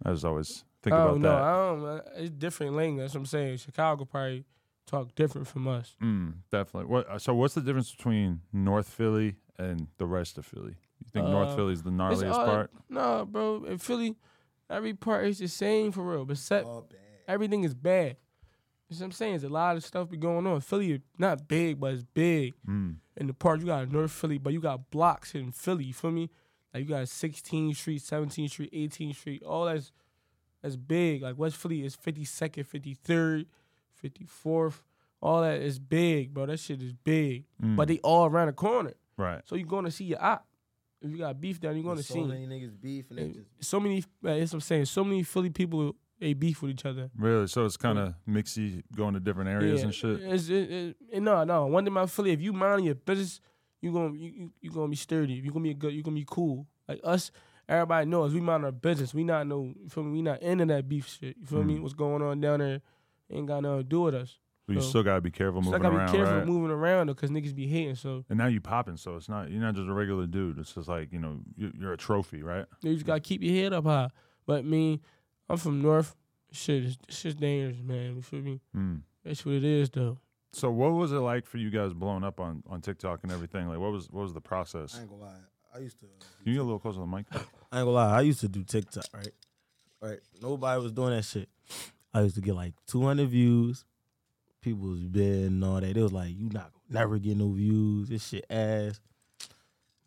I just always think
I
about
don't know.
that.
I don't. uh, It's different language. That's what I'm saying. Chicago probably talk different from us.
Mm, definitely. What? So, what's the difference between North Philly and the rest of Philly? You think North
Uh,
Philly's the
It's
gnarliest
all-
part?
No, bro. In Philly, every part is the same for real. But set,
All bad.
everything is bad. You see what I'm saying? There's a lot of stuff be going on. Philly is not big, but it's big.
Mm,
in the park. You got North Philly, but you got blocks in Philly. You feel me? Like you got 16th Street, 17th Street, 18th Street. All that's that's big. Like West Philly is 52nd, 53rd, 54th. All that is big, bro. That shit is big.
mm,
But they all around the corner.
right.
So you're gonna see your op. If you got beef down, you're gonna
There's
see.
so many niggas beef and they just
so many. Like, that's what I'm saying. So many Philly people they beef with each other.
Really? So it's kind of mixy, going to different areas
Yeah,
and shit.
It's, it, it, it- no, no. One thing about Philly, if you mind your business, you gonna you, you, you gonna be sturdy. You gonna be a good. You gonna be cool. Like us, everybody knows we mind our business. We not know. You feel me? We not into that beef shit. You feel me?
Mm.
What's going on down there? Ain't got nothing to do with us.
But you
so-
still gotta be careful
So I
moving
gotta
around,
be careful
right?
moving around though, cause niggas be hating. So
and now you popping, so it's not you're not just a regular dude. It's just like you know you're, you're a trophy, right?
you just gotta keep your head up high. But me, I'm from North. Shit, is- this shit's dangerous, man. You feel me?
Mm.
That's what it is though.
So what was it like for you guys blowing up on, on TikTok and everything? Like what was what was the process?
I
Can
ain't gonna lie. I used to.
you get a little closer to the mic?
I ain't gonna lie, I used to do TikTok, right? Right. Nobody was doing that shit. I used to get like 200 views. People was bad and all that. It was like, you not gonna never get no views. This shit ass.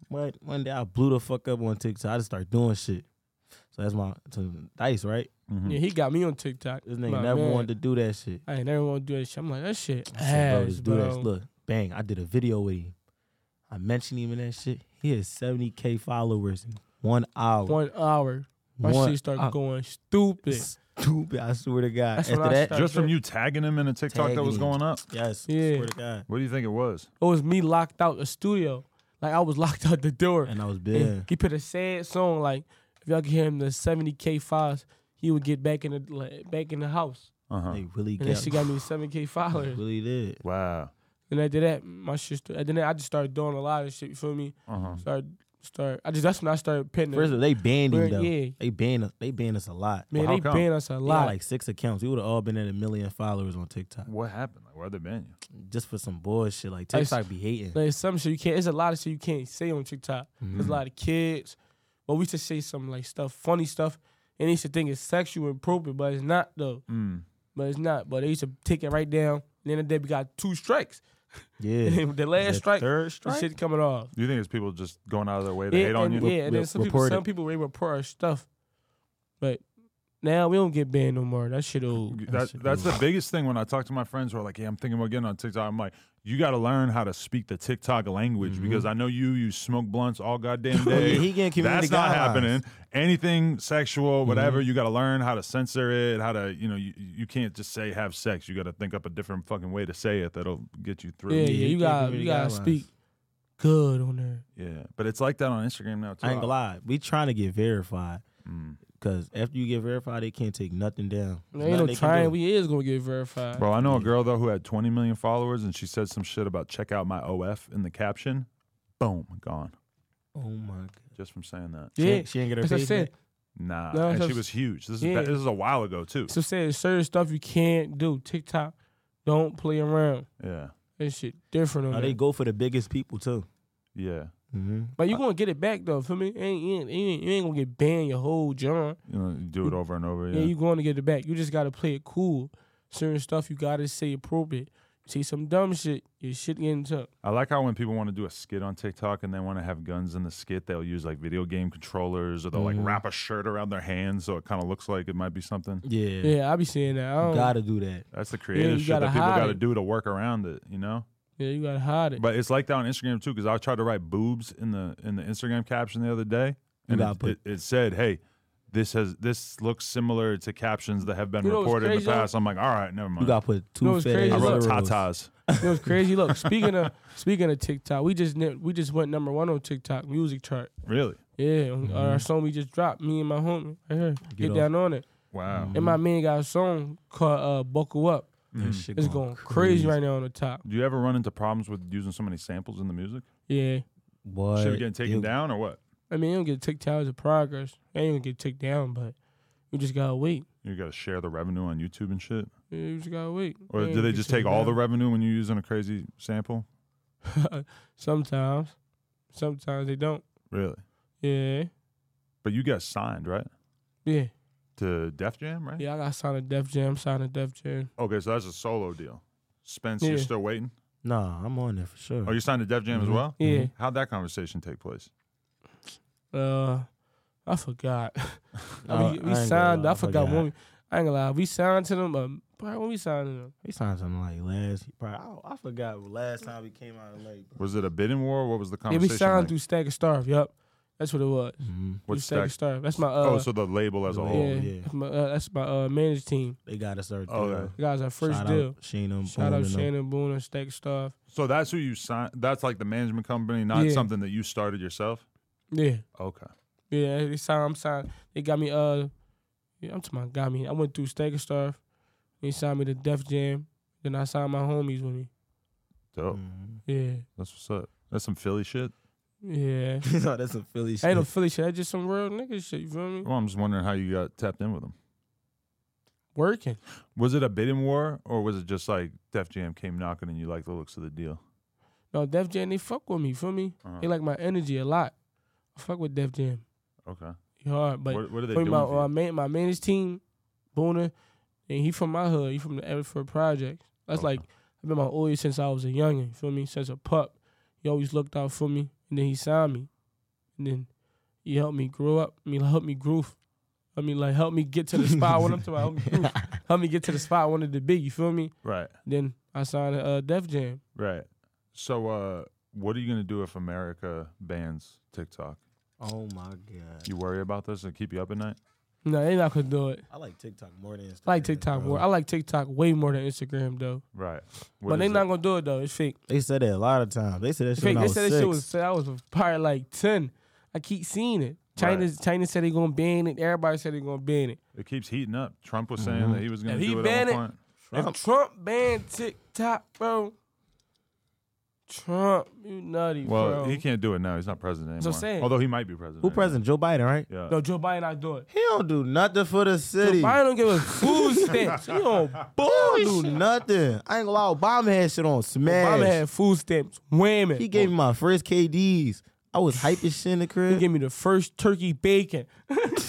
But one day I blew the fuck up on TikTok. I just started doing shit. So that's my so dice, right?
Mhm.
Yeah, he got me on TikTok.
This nigga
My
never
man.
wanted to do that shit.
I ain't never want to do that shit. I'm like, that shit
I said, bro,
ass,
just do
bro.
that. Look, bang, I did a video with him. I mentioned him in that shit. He has 70K followers in one hour.
One hour. My
One
shit start
hour.
going stupid.
stupid. I swear to God.
That's
After
what I
that,
started.
Just from you tagging him in a TikTok that was
Tagging him.
going up.
yes.
Yeah.
I swear to God.
What do you think it was?
It was me locked out the studio. Like I was locked out the door.
And I was
And
big.
He put a sad song like if y'all could hear him the 70k files, he would get back in the like, back in the house.
Uh huh.
They really
And then
got.
she got me 7k
they
followers.
Really did.
Wow.
And after that, my sister. And then I just started doing a lot of shit. You feel me?
Uh
Uh-huh.
huh.
Start start. I just that's when I started penning.
First of all, they banned him
Where-
though.
yeah.
They banned us. They banned us a lot.
Man,
Well, how
they
come?
banned us a
We got
lot.
like six accounts. We would have all been at a million followers on TikTok
What happened? Like, where they been you?
just for some bullshit. Like
Like,
TikTok be hating. Mm-hmm.
Like some shit you can't. It's a lot of shit you can't say on TikTok. There's a
Mm.
lot of kids, but we should say some like stuff, funny stuff, and they should think it's sexual and appropriate, but it's not though.
Mm.
But it's not. But they used to take it right down. And then the day we got two strikes. And
Yeah.
then with the last
The
strike,
Third
the
strike.
shit coming off.
You think it's people just going out of their way to
Yeah,
hate
and,
on you?
yeah,
We'll-
and then some people,
report
some
it.
people they report our stuff, but now we don't get banned no more. That shit old.
That,
shit
that's
is-
the biggest thing when I talk to my friends who are like, "Yeah, I'm thinking about getting on TikTok." I'm like, "You got to learn how to speak the TikTok language because I know you you smoke blunts all goddamn
Oh, yeah,
day.
he getting community
that's not
guidelines.
happening. Anything sexual, whatever, you got to learn how to censor it. How to you know you, you can't just say have sex. You got to think up a different fucking way to say it that'll get you through.
yeah,
Yeah, you
yeah, you
can't
got
give
you
any
gotta
guidelines.
speak good on there.
Yeah. but it's like that on Instagram now too.
I ain't gonna lie. We trying to get verified
Mm.
because after you get verified, they can't take nothing down.
There
Nothing
ain't no
they can do.
trying. We is gonna get verified.
Bro, I know a girl though who had 20 million followers, and she said some shit about check out my OF in the caption. Boom, gone.
Oh my god.
Just from saying that.
She
Yeah,
ain't- she ain't get her
that's what I
page
said.
back.
Nah,
No,
and
so-
she was huge. This is
yeah.
this is a while ago too.
So saying certain stuff you can't do. TikTok, don't play around.
Yeah,
That shit different on
No,
there.
they go for the biggest people too.
yeah.
Mm-hmm.
but you gonna get it back though. For me, It ain't, it ain't, it ain't- you ain't gonna get banned your whole John.
You know, you do it over and over.
Yeah.
Yeah,
you going to get it back. You just gotta play it cool. Certain stuff you gotta say appropriate. You see some dumb shit, your shit getting took.
I like how when people want to do a skit on TikTok and they want to have guns in the skit, they'll use like video game controllers or they'll
Mm-hmm.
like wrap a shirt around their hands so it kind of looks like it might be something.
Yeah.
Yeah, I be seeing that. I
You
don't,
gotta do that.
That's the creative
you
shit
gotta
that people
hide
got to
it.
do to work around it, you know.
Yeah, you gotta hide it.
But it's like that on Instagram too, because I tried to write boobs in the in the Instagram caption the other day, and
gotta
it,
put-
it, it said, "Hey, this has this looks similar to captions that have been
You know what's
reported in the
crazy, though?
past." I'm like, "All right, never mind."
You gotta put two
know what's
fat
crazy?
I
ass
wrote
arrows.
tatas.
It was crazy. Look, speaking of speaking of TikTok, we just ni- we just went number one on TikTok music chart.
Really?
Yeah, on our song we just dropped, me and my homie right here, get,
Mm-hmm. off.
down on it.
Wow.
And my man got a song called uh, "Buckle Up."
That Mm-hmm. shit
It's going crazy right now on the top.
Mm. Do you ever run into problems with using so many samples in the music?
Yeah,
Boy,
Should it get taken
you-
down or what?
I mean, you don't get TikTok as a progress. I ain't gonna get ticked down, but we just gotta wait.
You got to share the revenue on YouTube and shit,
Yeah, you just gotta wait.
or
You ain't
do they
get
just take
ticked
all the
down.
revenue when you're using a crazy sample?
sometimes, sometimes they don't.
Really?
Yeah,
But you got signed right
yeah,
to Def Jam, right?
yeah. I got signed to Def Jam. Signed to Def Jam.
Okay, so that's a solo deal. Spence, you're
Yeah.
still waiting.
Nah, I'm on there for sure.
Oh, you signed to Def Jam as
Mm-hmm.
Mhm.
well?
Yeah.
How'd that conversation take place? Mm-hmm.
Uh, I
Uh,
forgot.
Nah,
we
I
we
ain't gonna
signed.
lie,
I forgot when. We, I ain't gonna lie. We signed to them. Um, probably when we signed to them.
We signed something like last. Probably,
I, I forgot last time we came out of lake.
Was it a bidding war? What was the
Yeah,
conversation?
we signed
like?
through Stack and Starve. Yup, that's what it was.
mhm.
Through
What stack?
and Starve. That's my. Uh,
oh, so the label as a
the
whole.
yeah,
label. Oh, yeah.
that's my, uh, that's my uh, manager team.
They got us right there.
Okay.
The guys, our first
Shout
deal.
Out Sheena,
Shout
Boone
out
and them.
Shannon Boone and Stack and Starve.
So that's who you signed. That's like the management company, not
Yeah.
something that you started yourself.
Yeah,
Okay.
yeah. They signed. I'm signed. They got me. Uh, yeah, I'm talking. About got me. I went through Stack and Starve. They signed me to Def Jam. Then I signed my homies with me. Mm.
Dope.
Mhm.
Yeah,
That's what's up. That's some Philly shit.
yeah.
no, that's some Philly shit.
ain't no Philly shit. That's just some real nigga shit. You feel me?
Well, I'm just wondering how you got tapped in with them.
Working.
Was it a bidding war or was it just like Def Jam came knocking and you like the looks of the deal?
No, Def Jam, they fuck with me, feel me?
Uh-huh.
They like my energy a lot. I fuck with Def Jam.
Okay.
He hard, but
what, what are they
for
doing?
my,
for
my,
you?
man, uh, my man's team, Boona, and he from my hood. He from the Everford Projects. That's
Okay.
like, I've been my OE since I was a youngin', you feel me? Since a pup. He always looked out for me, and then he signed me. And then he helped me grow up. I mean, helped me groove. I mean, like, help me get to the spot I wanted to. Help me, groove. help me get to the spot I wanted to be, you feel me?
Right.
Then I signed a uh, Def Jam.
Right. So, uh, what are you gonna do if America bans TikTok?
oh my god.
You worry about this and keep you up at night?
No, they not gonna do it.
I like TikTok more than Instagram.
I like TikTok
bro.
more. I like TikTok way more than Instagram though.
Right.
but
What
they
is
not
it?
gonna do it though. It's fake.
They said that a lot of times. They said that shit.
Fake.
When I
They
was
said
six.
that shit was. I was probably like ten. I keep seeing it. China, China said they gonna ban it. Everybody said they gonna ban it.
It keeps heating up. Trump was saying that he was going
Mm-hmm.
to
If he
do it at
banned
one
it-
point.
If Trump banned TikTok, bro, Trump, you nutty,
Well,
bro.
he can't do it now. He's not president anymore.
That's what I'm saying.
Although he might be president.
Who president? Joe Biden, right?
Yeah.
No, Joe Biden not do it.
He don't do nothing for the
Joe
city.
Biden don't give a food stamps. He on
He don't do
bullshit.
nothing. I ain't gonna lie. Obama had shit on smash.
Obama had food stamps. Whamming.
he gave me my first KDs. I was hype as shit in the crib.
He gave me the first turkey bacon.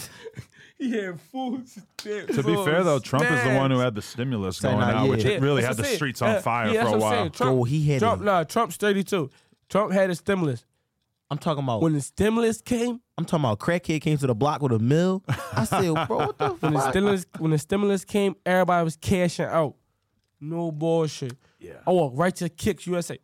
he had food stamps. Oh,
To be
on
fair though, Trump is the one who
snacks.
had the stimulus
Say
going
not
out,
yet.
which
Yeah,
really had
that's what
the
I'm saying.
streets on
Yeah,
fire
yeah,
for a
that's what I'm saying.
while.
Trump,
Oh, he had
Trump,
it.
nah, Trump's 32. Trump had a stimulus.
I'm talking about.
When the stimulus came,
I'm talking about. Crackhead came to the block with a mill. I said, bro, what the
when the
fuck?
stimulus, when the stimulus came, everybody was cashing out. No bullshit.
Yeah.
I walk right to Kicks USA.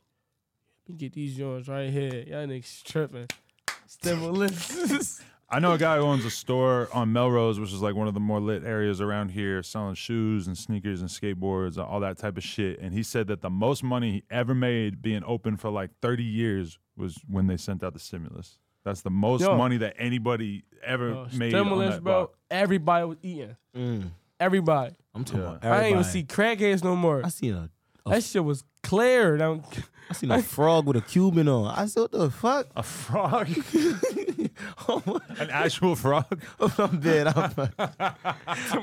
Let me get these joints right here. Y'all niggas tripping. Stimulus.
I know a guy who owns a store on Melrose, which is like one of the more lit areas around here, selling shoes and sneakers and skateboards and all that type of shit. And he said that the most money he ever made being open for like 30 years was when they sent out the stimulus. That's the most
Yo.
money that anybody ever
Bro,
made. on
stimulus,
that
bro.
block.
Everybody was eating.
Mm.
Everybody.
I'm talking
Yeah.
about.
I ain't even
everybody.
see crackheads no more.
I seen a.
that shit was clear. That was-
I seen a frog with a Cuban on. I said, what the fuck?
A frog,
Oh my-
an actual frog.
I'm dead. I'm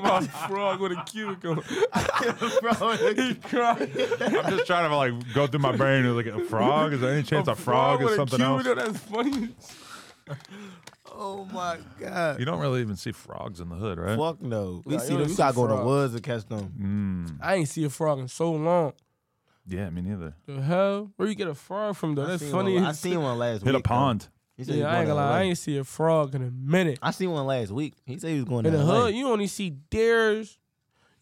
my frog with a cucumber.
bro.
He cried.
I'm just trying to like go through my brain and look at a frog. Is there any chance a, frog, is
with a
something else?
cucumber, That's funny.
Oh my god.
You don't really even see frogs in the hood, right?
Fuck no. We
Nah,
see
you
them.
don't
You gotta
see
go to the
frogs.
woods to catch them.
Mm,
I ain't see a frog in so long.
yeah, me neither.
The hell? Where you get a frog from though?
I
That's
seen
funny.
One, I
as-
seen one last
Hit
week.
a pond.
though. He said he
yeah,
was
I ain't
going
gonna
to
lie. I
LA.
ain't see a frog in a minute.
I seen one last week. He said he was going
In
to
the
LA.
hood, you only see deers.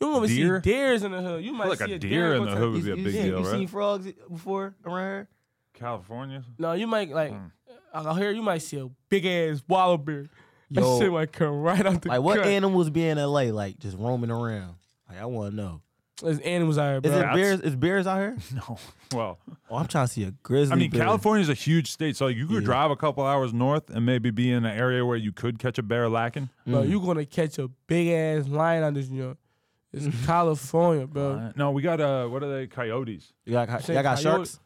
You don't even
Deer?
see deers in the hood. You might
like
see
a
a
deer
deer
in the
go to-
hood. That would be a
You-
big
you,
deal,
You
right?
seen frogs before around here?
California.
No, you might like.
Mm.
Hmm.
Out here, you might see a big ass wallaby. bear. That
Yo.
shit might come right out the
Like what
cut.
animals be in LA? Like just roaming around. Like I want to know.
There's animals out here,
Is
bro.
it
Rats.
bears? Is bears out here?
No. Well,
Oh, I'm trying to see a grizzly.
I mean,
bear.
California's a huge state, so you could
Yeah.
drive a couple hours north and maybe be in an area where you could catch a bear lacking.
Bro,
Hmm.
you gonna catch a big ass lion on this joint. It's California, bro.
Uh, no, we got uh, what are they? Coyotes
You got, y'all
Say
got
coyote.
sharks?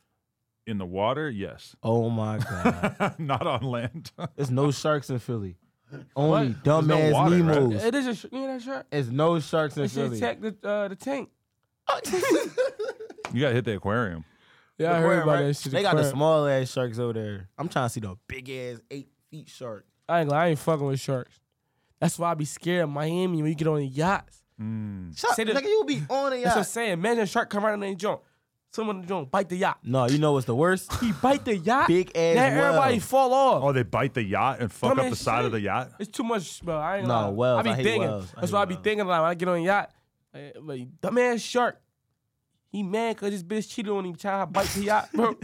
in the water? Yes.
Oh my god.
Not on land.
There's no sharks in Philly. Only
What?
There's no
dumbass
water, right?
Nemos.
It is a sh- you know that shark.
There's no sharks in
That shit
Philly.
attacked the uh, the tank.
You got to hit the aquarium.
Yeah, I
Aquarium,
heard about
right?
that shit.
They got the
Aquarium.
small ass sharks over there. I'm trying to see the big ass eight feet shark.
I ain't, gonna- I ain't fucking with sharks. That's why I be scared of Miami when you get on the yachts.
Mm.
Shut,
Say the-
nigga, you be on it,
That's what I'm
yacht.
saying. Imagine a shark come right on the jump. Someone on the jump bite the yacht.
No, you know what's the worst?
He bite the yacht.
Big ass
Now everybody
whale.
fall off.
Oh, they bite the yacht and fuck
Dumb
up the
as
side of
shit.
the yacht.
It's too much, bro. I ain't
No,
gonna lie.
whales.
I be
I hate
thinking.
whales. I
That's
hate
what I be
whales.
thinking about when I get on the yacht. Eh, But dumbass shark, he mad cause this bitch cheated on him. Trying to bite the yacht, bro.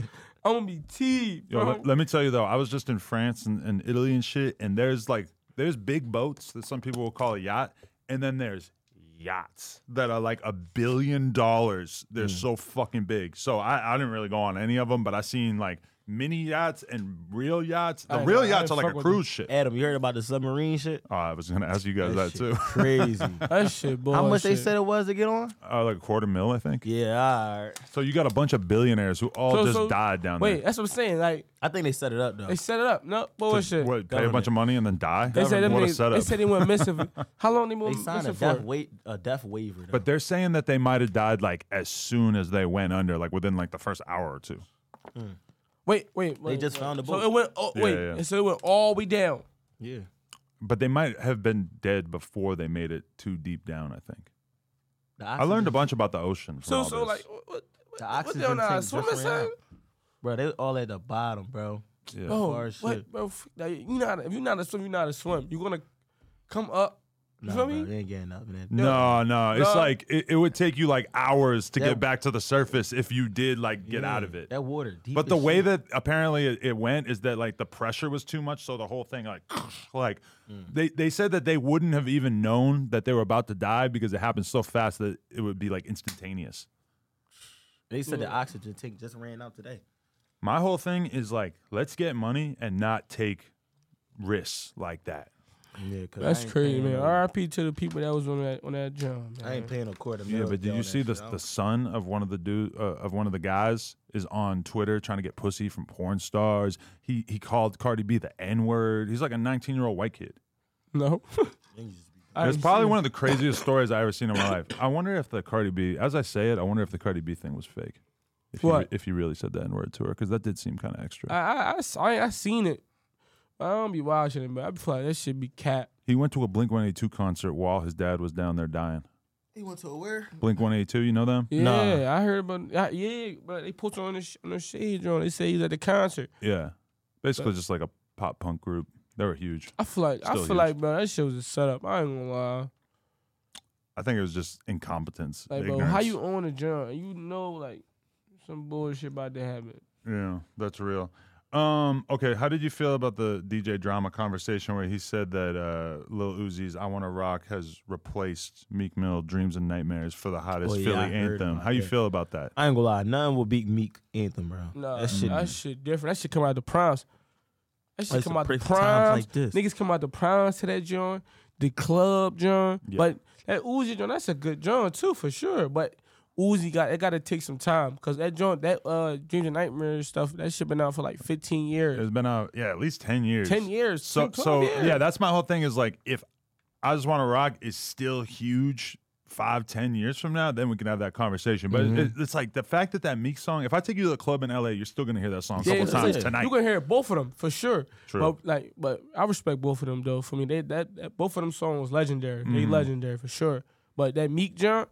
I'm gonna be teed,
Yo,
bro.
let, let me tell you though, I was just in France and, and Italy and shit, and there's like there's big boats that some people will call a yacht, and then there's yachts that are like a billion dollars. They're
Mm.
so fucking big. So I, I didn't really go on any of them, but I seen like mini yachts and real yachts. The
I ain't
real
gonna- I
yachts are
ain't
like
fuck
a
with them. Eh.
cruise ship.
Adam, you heard about the submarine shit?
Oh, I was gonna ask you guys that,
shit
too.
Crazy.
that shit, boy.
How much they
shit.
said it was to get on?
Uh, like a quarter mil, I think.
Yeah, all right.
So you got a bunch of billionaires who all
So-
just
so-
died down
Wait, eh,
there.
that's what I'm saying. Like
I think they set it up though.
they set it up. No
So,
bullshit.
what, pay a bunch of money and then die?
They said, them
what a
niggas, they
setup.
said they went missing. for- How long they
They
went
signed
missing
a death,
for?
wa- a death waiver. Though.
But they're saying that they might have died like as soon as they went under, like within like the first hour or two.
Wait, wait, wait.
just
wait.
found the
So
boat.
it went. Oh,
Yeah,
wait,
yeah.
And so it went all the way down.
yeah.
But they might have been dead before they made it too deep down. I think
The
I learned
oxygen-
a bunch about uh, the ocean. From
So,
all
so
this.
like, what, what,
The
what
oxygen
they on the
tank
swim
just ran
side?
out. Bro, they all at the bottom, bro.
yeah.
Oh,
far as
what,
shit.
bro? f- now, You not if you're not a swim, you're not a swim. You're gonna come up
Nah,
feel
bro,
me?
You ain't getting up, man.
No, no, it's
No.
like it, it would take you like hours to
That-
get back to the surface if you did like get out
Yeah,
of it.
That water deep.
But the
as
way
shit.
that apparently it, it went is that like the pressure was too much, so the whole thing like like
Mm.
they they said that they wouldn't have even known that they were about to die because it happened so fast that it would be like instantaneous.
They said the oxygen tank just ran out today.
My whole thing is like let's get money and not take risks like that.
Yeah, 'cause I
That's
ain't
crazy,
paying
man.
no-
R.I.P. to the people that was on that on that jump.
I ain't paying a quarter
Yeah,
million.
but did you see the the son of one of the dude uh, of one of the guys is on Twitter trying to get pussy from porn stars. He he called Cardi B the N word. He's like a 19 year old white kid.
No, I
It's
didn't
probably
see
one of the craziest stories I ever seen in my life. I wonder if the Cardi B, as I say it, I wonder if the Cardi B thing was fake. If you,
What?
if you really said the N word to her, because that did seem kind of extra.
I I, I, saw it, I seen it. I don't be watching it, but I be like, that should be cat.
he went to a Blink 182 concert while his dad was down there dying.
He went to a where?
Blink 182, you know them?
Yeah,
Nah.
I heard about. I, yeah, but they posted on the sh- on the shade joint. They say he's at the concert.
Yeah. Basically, just like a pop punk group. They were huge.
I feel like I
Still
feel
huge.
like, bro, that shit was a setup. I ain't gonna lie.
I think it was just incompetence.
Like, bro,
ignorance.
how you on a joint? You know, like some bullshit about to happen.
Yeah, that's real. Um, okay, how did you feel about the DJ drama conversation where he said that uh, Lil Uzi's "I Want to Rock" has replaced Meek Mill "Dreams and Nightmares" for the hottest
Oh, yeah,
Philly
I heard
anthem?
about
How you
that.
feel about that?
I ain't gonna lie, none will beat Meek Anthem, bro.
Nah,
that shit.
different. That shit come out the primes. That shit
Like
come
some
out
pre-
the
times
primes.
like this.
Niggas come out the primes to that joint, the club joint.
Yeah.
But that Uzi joint, that's a good joint too for sure. But Uzi got it. Got to take some time because that joint, that uh, Dreams and Nightmares stuff, that shit been out for like fifteen years,
It's been out, yeah, at least ten years.
ten years.
So,
10, 12
so
years.
yeah, that's my whole thing. Is like, if "I Just Want to Rock" is still huge five, ten years from now, then we can have that conversation. But it,
Mm-hmm.
it's like the fact that that Meek song. If I take you to the club in LA, you're still gonna hear that song a couple
Yeah,
times
yeah.
tonight.
You can hear both of them for sure.
True.
But like, but I respect both of them though. For me, they that, that both of them songs legendary.
Mm-hmm.
They legendary for sure. But that Meek jump,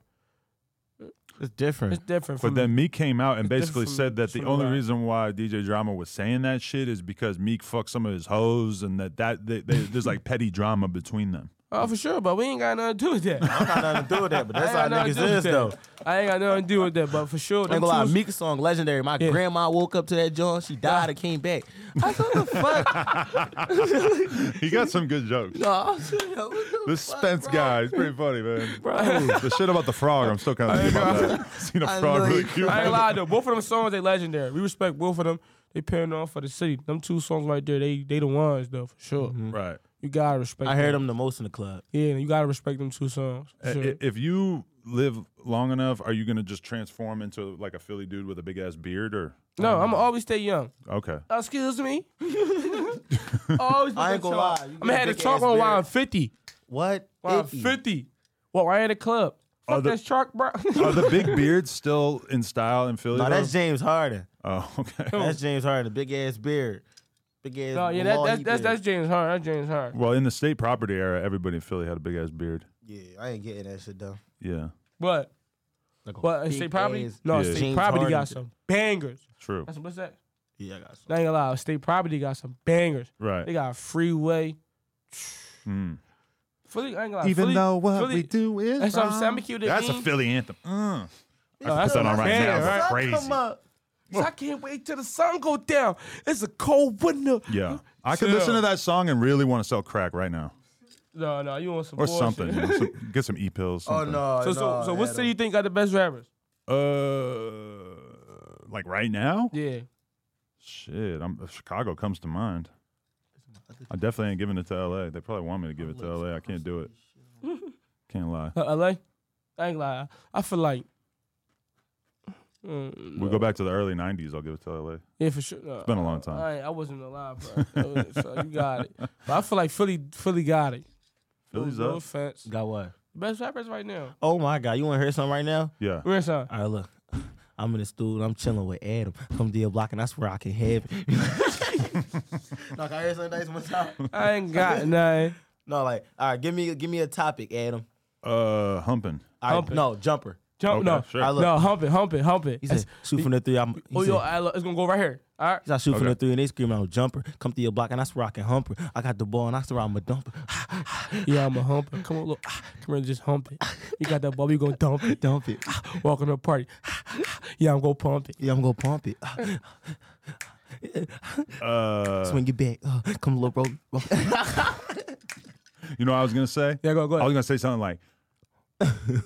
It's different.
it's different. For
But then Meek came out and
It's
basically
different
said that
from
the
the
only
rap.
reason why DJ Drama was saying that shit is because Meek fucked some of his hoes and that that they, they, there's like petty drama between them.
oh for sure. But we ain't got nothing to do with that.
I got nothing to do with that, but
I ain't got nothing to do with that. I ain't got nothing to do with that. But for sure,
I
them
ain't gonna lie,
two-
Meek's song legendary. My
Yeah.
grandma woke up to that joint. She died and came back. I said, "What the fuck?"
He got some good jokes.
No, I was like, "Yo, what the
This
fuck,
Spence
bro?"
guy is pretty funny, man. the shit about the frog, I'm still kind of thinking about that. Seen a
I
frog
know
really
you-
cute.
I ain't lie though. Both of them songs they legendary. We respect both of them. They pairing off for the city. Them two songs right there, they they the ones though for sure.
Right.
You gotta respect.
Mm-hmm. I heard Uh,
them.
him the most in the club.
Yeah, you gotta respect them two songs. for
I-
sure.
i- If you live long enough, are you gonna just transform into like a Philly dude with a big ass beard or?
no, I'm gonna always stay young.
Okay.
Uh, excuse me. Always
I ain't gonna lie, you
I'm
got
gonna have to
big
talk
ass
on why
beard.
I'm 50.
What?
Why I'm
Icky.
50. Well, I ain't a club. Fuck
the-
that shark, bro.
Are the big beards still in style in Philly?
No, that's
though?
James Harden.
oh, okay.
That's James Harden. The big ass beard. Big ass.
no, yeah, that,
Milwaukee
that's, that's, that's
beard.
James Harden. That's James Harden.
Well, in the state property era, everybody in Philly had a big ass beard.
Yeah, I ain't getting that shit though.
Yeah,
But,
Like a
but
big
State Property?
ass-
No,
Yeah.
State
James
Property
Harden.
got some bangers.
true.
That's, what's that?
Yeah, I got some.
I ain't gonna lie. State Property got some bangers. They
Right.
got Freeway.
Mm.
Philly, I ain't gonna lie. Philly, Philly-
do is
That's what I'm saying. I'm cute to
That's a
me.
Philly anthem. Mm. I
No,
can put
that's
that
what
on
I'm
right
saying,
now.
right?
It's crazy.
Oh,
So I can't wait till the sun go down. It's a cold winter.
Yeah, I could
Chill.
listen to that song and really want to sell crack right now
No, no, you want some
or
bullshit.
something. you know, some- get some e pills.
Oh no.
So, so, so what city you think got the best rappers?
Uh, like right now?
Yeah.
Shit, I'm, Chicago comes to mind. I definitely ain't giving it to L.A. They probably want me to give it to L.A. I can't do it. Can't lie.
Uh, LA? I ain't lie. I feel like. Mm,
We go back to the early '90s. I'll give it to L.A.
yeah, for sure. No, it's
been a long time.
Uh, I, I wasn't alive, bro. so, so you got it. But I feel like Philly, Philly got it.
Philly's
no, no
up.
offense.
Got what?
Best rappers right now.
Oh my God! You want to hear something right now?
Yeah.
Real son.
All right, look. I'm in the studio. I'm chilling with Adam from the block, and I swear I can have it.
No, can I hear something nice one time?
I ain't got nothing.
no, like, all right, give me give me a topic, Adam.
Uh, humping.
All right,
Hump it.
no jumper,
Jump,
Okay,
Oh, no,
sure.
I
no, hump it, hump it, hump it.
He said, shoot from the three. I'm, he
oh,
said,
yo, I lo- it's gonna go right here. All right.
he said, I shoot from the
Okay.
three, and they scream out jumper. Come to your block, and I swear I can hump her. I got the ball, and I swear I'm a dumper.
Yeah, I'm a humper. Come on, look. Ah, Come here, just hump it. You got that ball, you gonna dump it.
Dump it. Ah.
Welcome to the party. Yeah, I'm gonna pump it.
Yeah, I'm gonna pump it. Ah.
Uh,
Swing it back. Uh, come, little bro. Roll.
you know what I was gonna say?
Yeah, go, go.
I was gonna say something like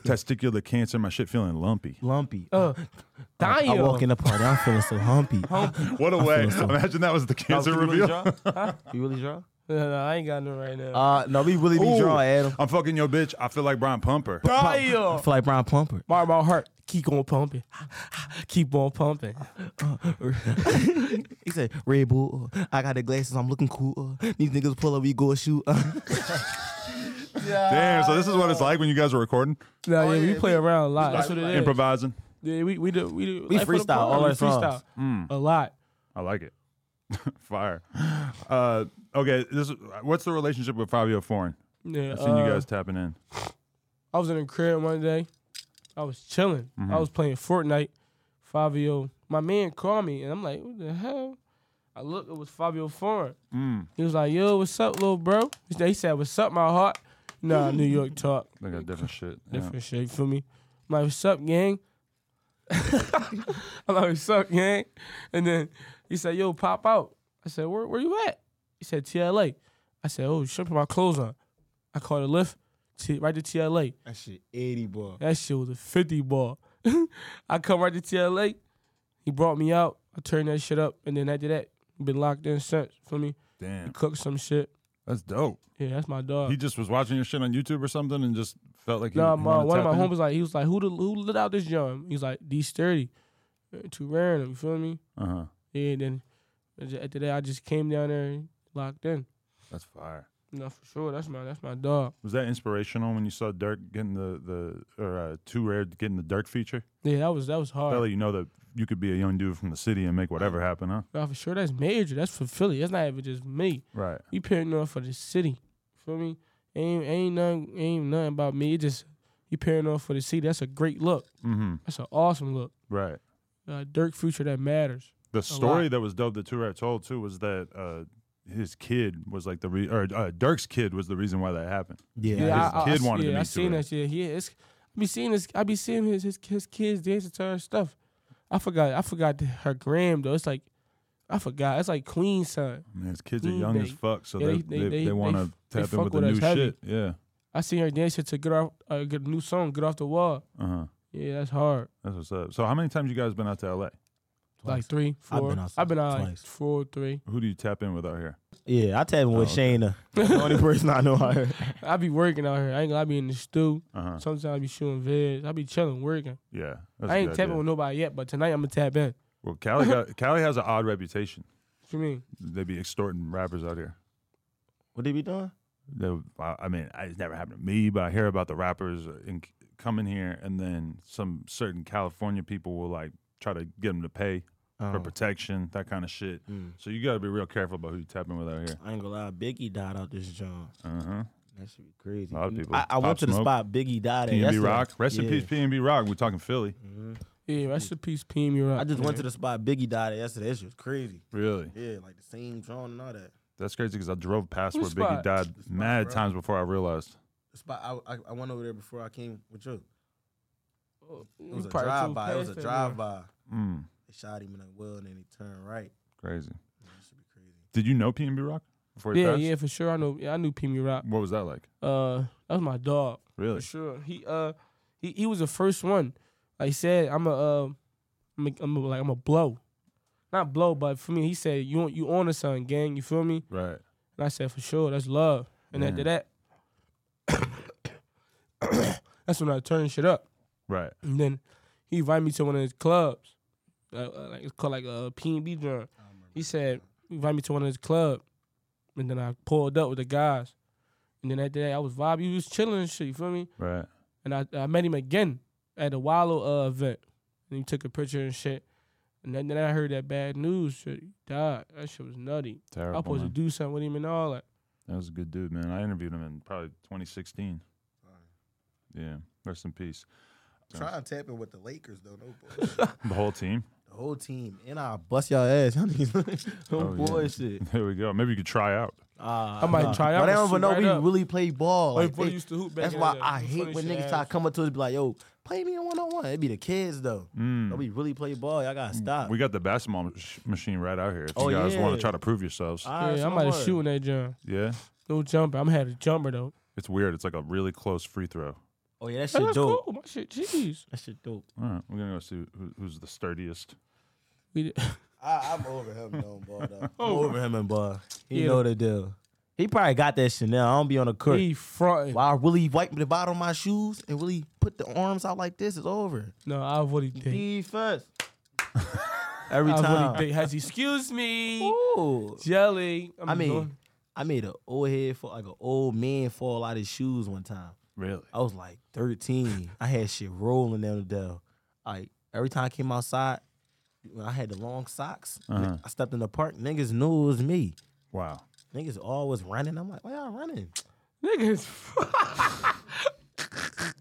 testicular cancer. My shit feeling lumpy.
Lumpy.
uh, dying.
I walk in the party. I'm feeling so humpy.
What a way! Imagine that was the cancer reveal.
You really draw?
No, no, I ain't got no right now.
Uh, no, we really be
Ooh,
drawing, Adam.
I'm fucking your bitch. I feel like Brian Pumper.
I feel like Brian Pumper.
Mar my heart. Keep on pumping. Keep on pumping.
he said, Red Bull, uh, I got the glasses, I'm looking cool. uh, These niggas pull up, we go shoot. uh."
Damn. So this is what it's like when you guys are recording,
No,
Oh,
yeah, we
yeah,
play around a lot. That's what it is.
improvising.
Yeah, we we do we do
We
life for the
freestyle all
party.
our songs. Mm.
We a lot.
I like it. Fire. Uh, okay. This. Is, what's the relationship with Fabio Foreign?
Yeah,
I've seen you
uh,
guys tapping in.
I was in a crib one day. I was chilling.
Mm-hmm.
I was playing Fortnite. Fabio, my man called me, and I'm like, "What the hell?" I looked. It was Fabio Foreign.
Mm.
He was like, "Yo, what's up, little bro?" He said- he said, "What's up, my heart?" Nah, New York talk,
They got different shit. Yeah.
different shit for me. I'm like, "What's up, gang?" I'm like, "What's up, gang?" And then he said, "Yo, pop out." I said, "Where, where you at?" He said, "TLA." I said, "Oh, shit, put my clothes on." I called a lift, t- right to TLA.
That shit 80 ball.
That shit was a 50 ball. I come right to TLA. He brought me out. I turned that shit up. And then after that, been locked in since for me.
Damn.
Cook some shit.
That's dope.
Yeah, that's my dog.
He just was watching your shit on YouTube or something and just felt like he,
Uh, nah,
he
my,
wanted to
one of my
tap in?
homies like he was like, who the, who lit out this joint? He was like, D sturdy. uh, Too random, you feel me?
Uh-huh.
Yeah, and then and ju- after that I just came down there and locked in.
That's fire.
No, for sure. That's my that's my dog.
Was that inspirational when you saw Dirk getting the the or uh, too rare getting the Dirk feature?
Yeah, that was that was hard.
That let you know that you could be a young dude from the city and make whatever happen, huh?
Nah, for sure. That's major. That's for Philly. That's not even just me.
Right.
We pairing up for the city. Feel me? Ain't ain't nothing ain't nothing about me. It just you pairing up for the city. That's a great look.
Mm-hmm.
That's an awesome look.
Right.
Uh, Dirk future that matters.
The story
lot.
that was dope that Tourette told too was that uh, his kid was like the re- or uh, Dirk's kid was the reason why that happened.
Yeah.
his kid wanted to
yeah, I
meet
seen
Tourette.
that. Yeah, yeah. It's I be seeing this. I be seeing his his his kids dancing to her stuff. I forgot. I forgot her gram though. It's like I forgot. It's like Queen son.
I mean, his kids are
Mm,
young
they-
as fuck, so
yeah,
they
they-
they,
they-
they,
they- they
want to
f- they
tap in
fuck
with the
with
new
us heavy.
shit. Yeah.
I seen her dancing to get off uh, get a new song. Get off the wall.
Uh huh.
Yeah, that's hard.
That's what's up. So how many times you guys been out to L.A.?
Like three,
I've
four.
been out
I've been out like
twice.
four, three.
Who do you tap in with out here?
Yeah, I tap in with
Oh,
Shayna. the only person I know out here.
I be working out here. I ain't gonna I be in the stew.
Uh huh.
Sometimes I be shooting vids. I be chilling, working.
Yeah. That's a
I ain't
good
tapping
idea.
with nobody yet, but tonight I'm gonna tap in.
Well, Cali got, Cali has an odd reputation.
What you mean?
They be extorting rappers out here.
What they be doing?
They, I I mean, I- it's never happened to me, but I hear about the rappers in, coming here, and then some certain California people will like try to get them to pay for
Um,
protection, that kind of shit.
mm,
So you got to be real careful about who you tapping with out here.
I ain't gonna lie, Biggie died out this joint.
Uh huh.
That should be crazy.
A lot of people.
I, I
Pop
went to the
Smoke.
spot Biggie died at.
PNB
yesterday.
Rock. Rest in
Yeah.
peace, PNB Rock. We're talking Philly.
Mhm.
Yeah, rest in peace, PM. You're
I just went to the spot Biggie died at yesterday. That shit was crazy.
Really?
Yeah, like the same drawing and all that.
That's crazy because I drove past
What
where Biggie
spot?
died
spot,
mad
bro?
times before I realized.
The spot I, I, I went over there before I came with you. It was
the
a drive by. It was a drive by.
Mm,
They shot him in the well and then he turned right.
crazy.
That should be crazy.
Did you know PNB Rock before he
Yeah,
passed?
yeah, for sure. I know. Yeah, I knew PM Rock.
What was that like?
Uh, that was my dog for
Really?
sure. He uh, he, he was the first one. Like he said, I'm a uh, I'm a, I'm a, like I'm a blow, not blow, but for me, he said you on- you on to something, gang. You feel me?
Right.
And I said, for sure, that's love. And
Yeah.
after that, that's when I turned shit up.
Right.
And then he invited me to one of his clubs. Uh, uh, like it's called like a P&B drum. He said, he invited me to one of his club. And then I pulled up with the guys. And then after that, I was vibing. He was chilling and shit, you feel me?
Right.
And I, I met him again at the Wallow uh, event. And he took a picture and shit. And then, then I heard that bad news. Shit, he died. That shit was nutty. I
Terrible.
was supposed to
man.
do something with him and all that.
That was a good dude, man. I interviewed him in probably 2016. Yeah, rest in peace.
Try and tap in with the Lakers though. No bullshit.
The whole team.
the whole team, and I'll bust y'all ass. Y'all niggas.
Oh,
yeah.
boy, shit.
There we go. Maybe you could try out.
Ah,
I might try out
But I don't
and shoot
even know
right
we
up.
really play ball.
Like,
Like,
before
they-
you used to hoop back
that's
in
why
the day.
I
Funny
hate when
shit
niggas try to
happened.
come up to us and be like, "Yo, play me in one on one." It be the kids though.
Mm.
But we really play ball. Y'all gotta stop.
We got the basketball mach- machine right out here. If
Uh, Oh,
you guys want
yeah.
to try to prove yourselves,
All right,
yeah,
so
I might have
word.
shooting that jump.
yeah,
No jumper. I'm had a jumper though.
it's weird. It's like a really close free throw.
Oh yeah, that
Hey,
shit
that's
dope.
cool. My shit, jeez.
That shit dope.
All right, we're gonna go see who, who's the sturdiest.
We did-
I, I'm over him no ball though.
I'm over him and ball. He
Yeah.
know the deal. He probably got that Chanel. I don't be on the court.
he fronting.
While I really wipe the bottom of my shoes and really put the arms out like this, it's over.
No, I what he think.
Defense. Every
I
time.
what he think. Has he- excuse me,
Ooh.
jelly. I'm
I mean,
doing-
I made an old head fall, like an old man fall out his shoes one time.
Really?
I was like 13. I had shit rolling down the dell. Like every time I came outside, when I had the long socks,
Uh-huh.
I stepped in the park. Niggas knew it was me.
Wow.
Niggas always running. I'm like, why y'all running?
niggas.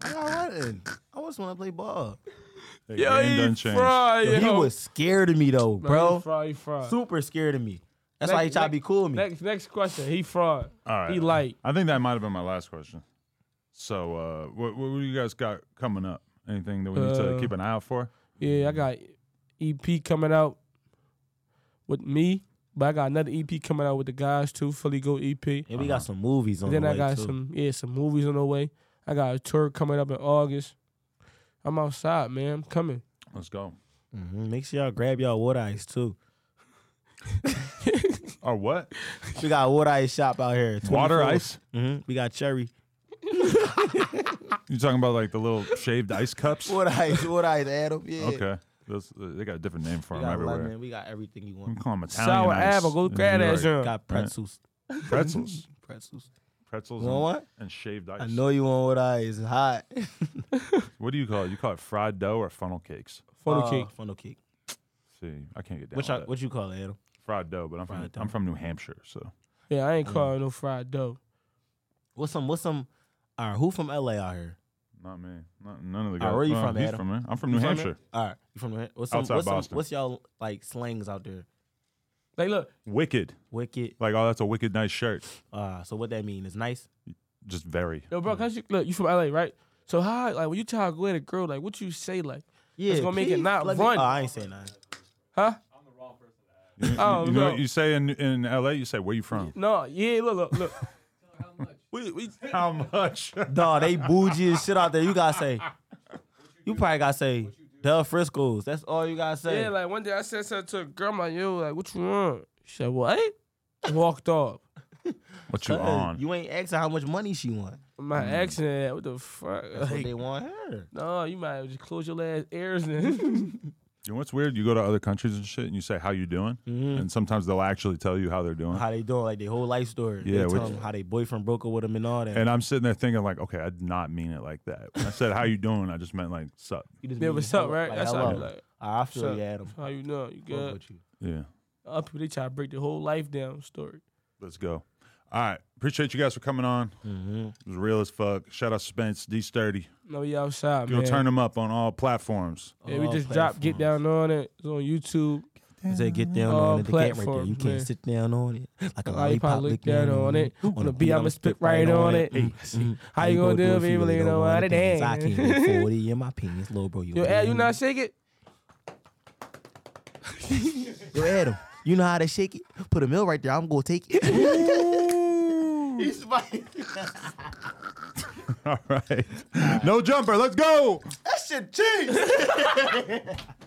Why y'all running? I just want to play ball.
The
Yo,
game done
he
changed.
fried.
Yo,
Yo,
he was scared of me though,
No, He
bro.
fried. He fried.
Super scared of me. That's
Next-
why he tried to
next-
be cool with me.
Next, next question. He fraud.
All right.
He light.
I think that might have been my last question. So, uh, what, what do you guys got coming up? Anything that we need to
Uh,
keep an eye out for?
Yeah, I got EP coming out with me, but I got another EP coming out with the guys too. Philly Go EP.
And we got some movies on.
then
the
I
way,
got
too.
some yeah some movies on the way. I got a tour coming up in August. I'm outside, man. I'm coming.
Let's go.
Mhm. Make sure y'all grab y'all water ice too.
Or what?
We got a water ice shop out here.
Water
24.
ice?
Mhm. We got cherry
You talking about like the little shaved ice cups?
water ice. Water ice. Adam. Yeah.
Okay. That's, uh, they got a different name for
We
them
got
everywhere.
lemon. We got everything you
I'm
want.
calling them Italian
Sour
ice
apple. Go
in
grab
New
that
York.
jump.
Got pretzels.
Pretzels.
Pretzels.
Pretzels
You want
and,
what?
and shaved ice.
I know you want water ice. It's hot.
What do you call it? You call it fried dough or funnel cakes?
Funnel
Uh,
cake.
Funnel cake.
See, I can't get down
What
with
y'all,
that.
what you call it, Adam?
fried dough, but I'm from,
Fried dough.
I'm from New Hampshire, so
Yeah, I ain't calling no fried dough.
What's some? What's some? All right. Who from LA out here?
not me. Not, none of the
Ah,
guys.
where you
Well,
from,
he's
Adam?
from there. I'm from New
You from
Hampshire.
there? All right, you from there? What's some,
Outside
what's some-
Boston.
what's y'all like slangs out there?
Like, look,
Wicked.
Wicked.
Like, oh, that's a wicked nice shirt.
Uh, so what that mean? It's nice.
Just very.
yo, bro, cause you look, you from LA, right? So how, like, when you try to go at a girl, like, what you say, like,
Yeah,
gonna make it
please
not
let me-
run.
Oh, I ain't saying nothing.
huh?
You,
Oh,
you know
no.
what you say in in LA? You say, where you from?
No, yeah, look, look, look. we, we,
How much?
Dog, they bougie as shit out there. You gotta say. You probably gotta say the Frisco's. That's all you gotta say.
yeah, like one day I said something to a girl, I'm like, yo, like, what you want? She said, what? Walked off.
What you
Cuz
on?
You ain't asking how much money she want.
My accent, what the fuck?
Mm. That's what
Like,
they want her.
no, you might as well just close your last ears then.
You know what's weird? You go to other countries and shit, and you say, how you doing? And sometimes they'll actually tell you how they're doing.
Mm-hmm. How they doing? Like their whole life story.
Yeah,
they tell
which-
them how they boyfriend broke up with them and all that.
And I'm sitting there thinking, like, okay, I did not mean it like that. When I said, how you doing? I just meant like, sup.
You just
yeah,
mean
what's up,
hello-
right?
Like,
That's how I be
hello.
like.
I feel
"Sup?"
you, Adam.
How you know? You
Fuck
good?
with you.
Yeah.
Other people, they try to break the whole life down story.
Let's go. All right. Appreciate you guys for coming on.
Mhm.
It was real as fuck. Shout out Spence, D Sturdy.
No, you outside,
Go
man.
turn them up on all platforms.
Yeah, we
All
just dropped Get
platforms.
Down On It. It's on YouTube.
Is that get down
All
on it? The cat right there.
platforms,
You
man.
can't sit down on it. Like a
Lollipop
lollipop,
look down on it. On the beat, I'ma spit right on it. Mm-hmm.
Hey,
How you gonna do
it
if you really don't
wanna
want it?
dance? I
Dang.
can't get 40 in my pants, little bro. You
Yo, Al, you
ain't-
not shake it?
Yo, Adam, you know how to shake it? Put a mill right there. I'm gonna take it.
all right. No jumper. Let's go.
That shit cheese.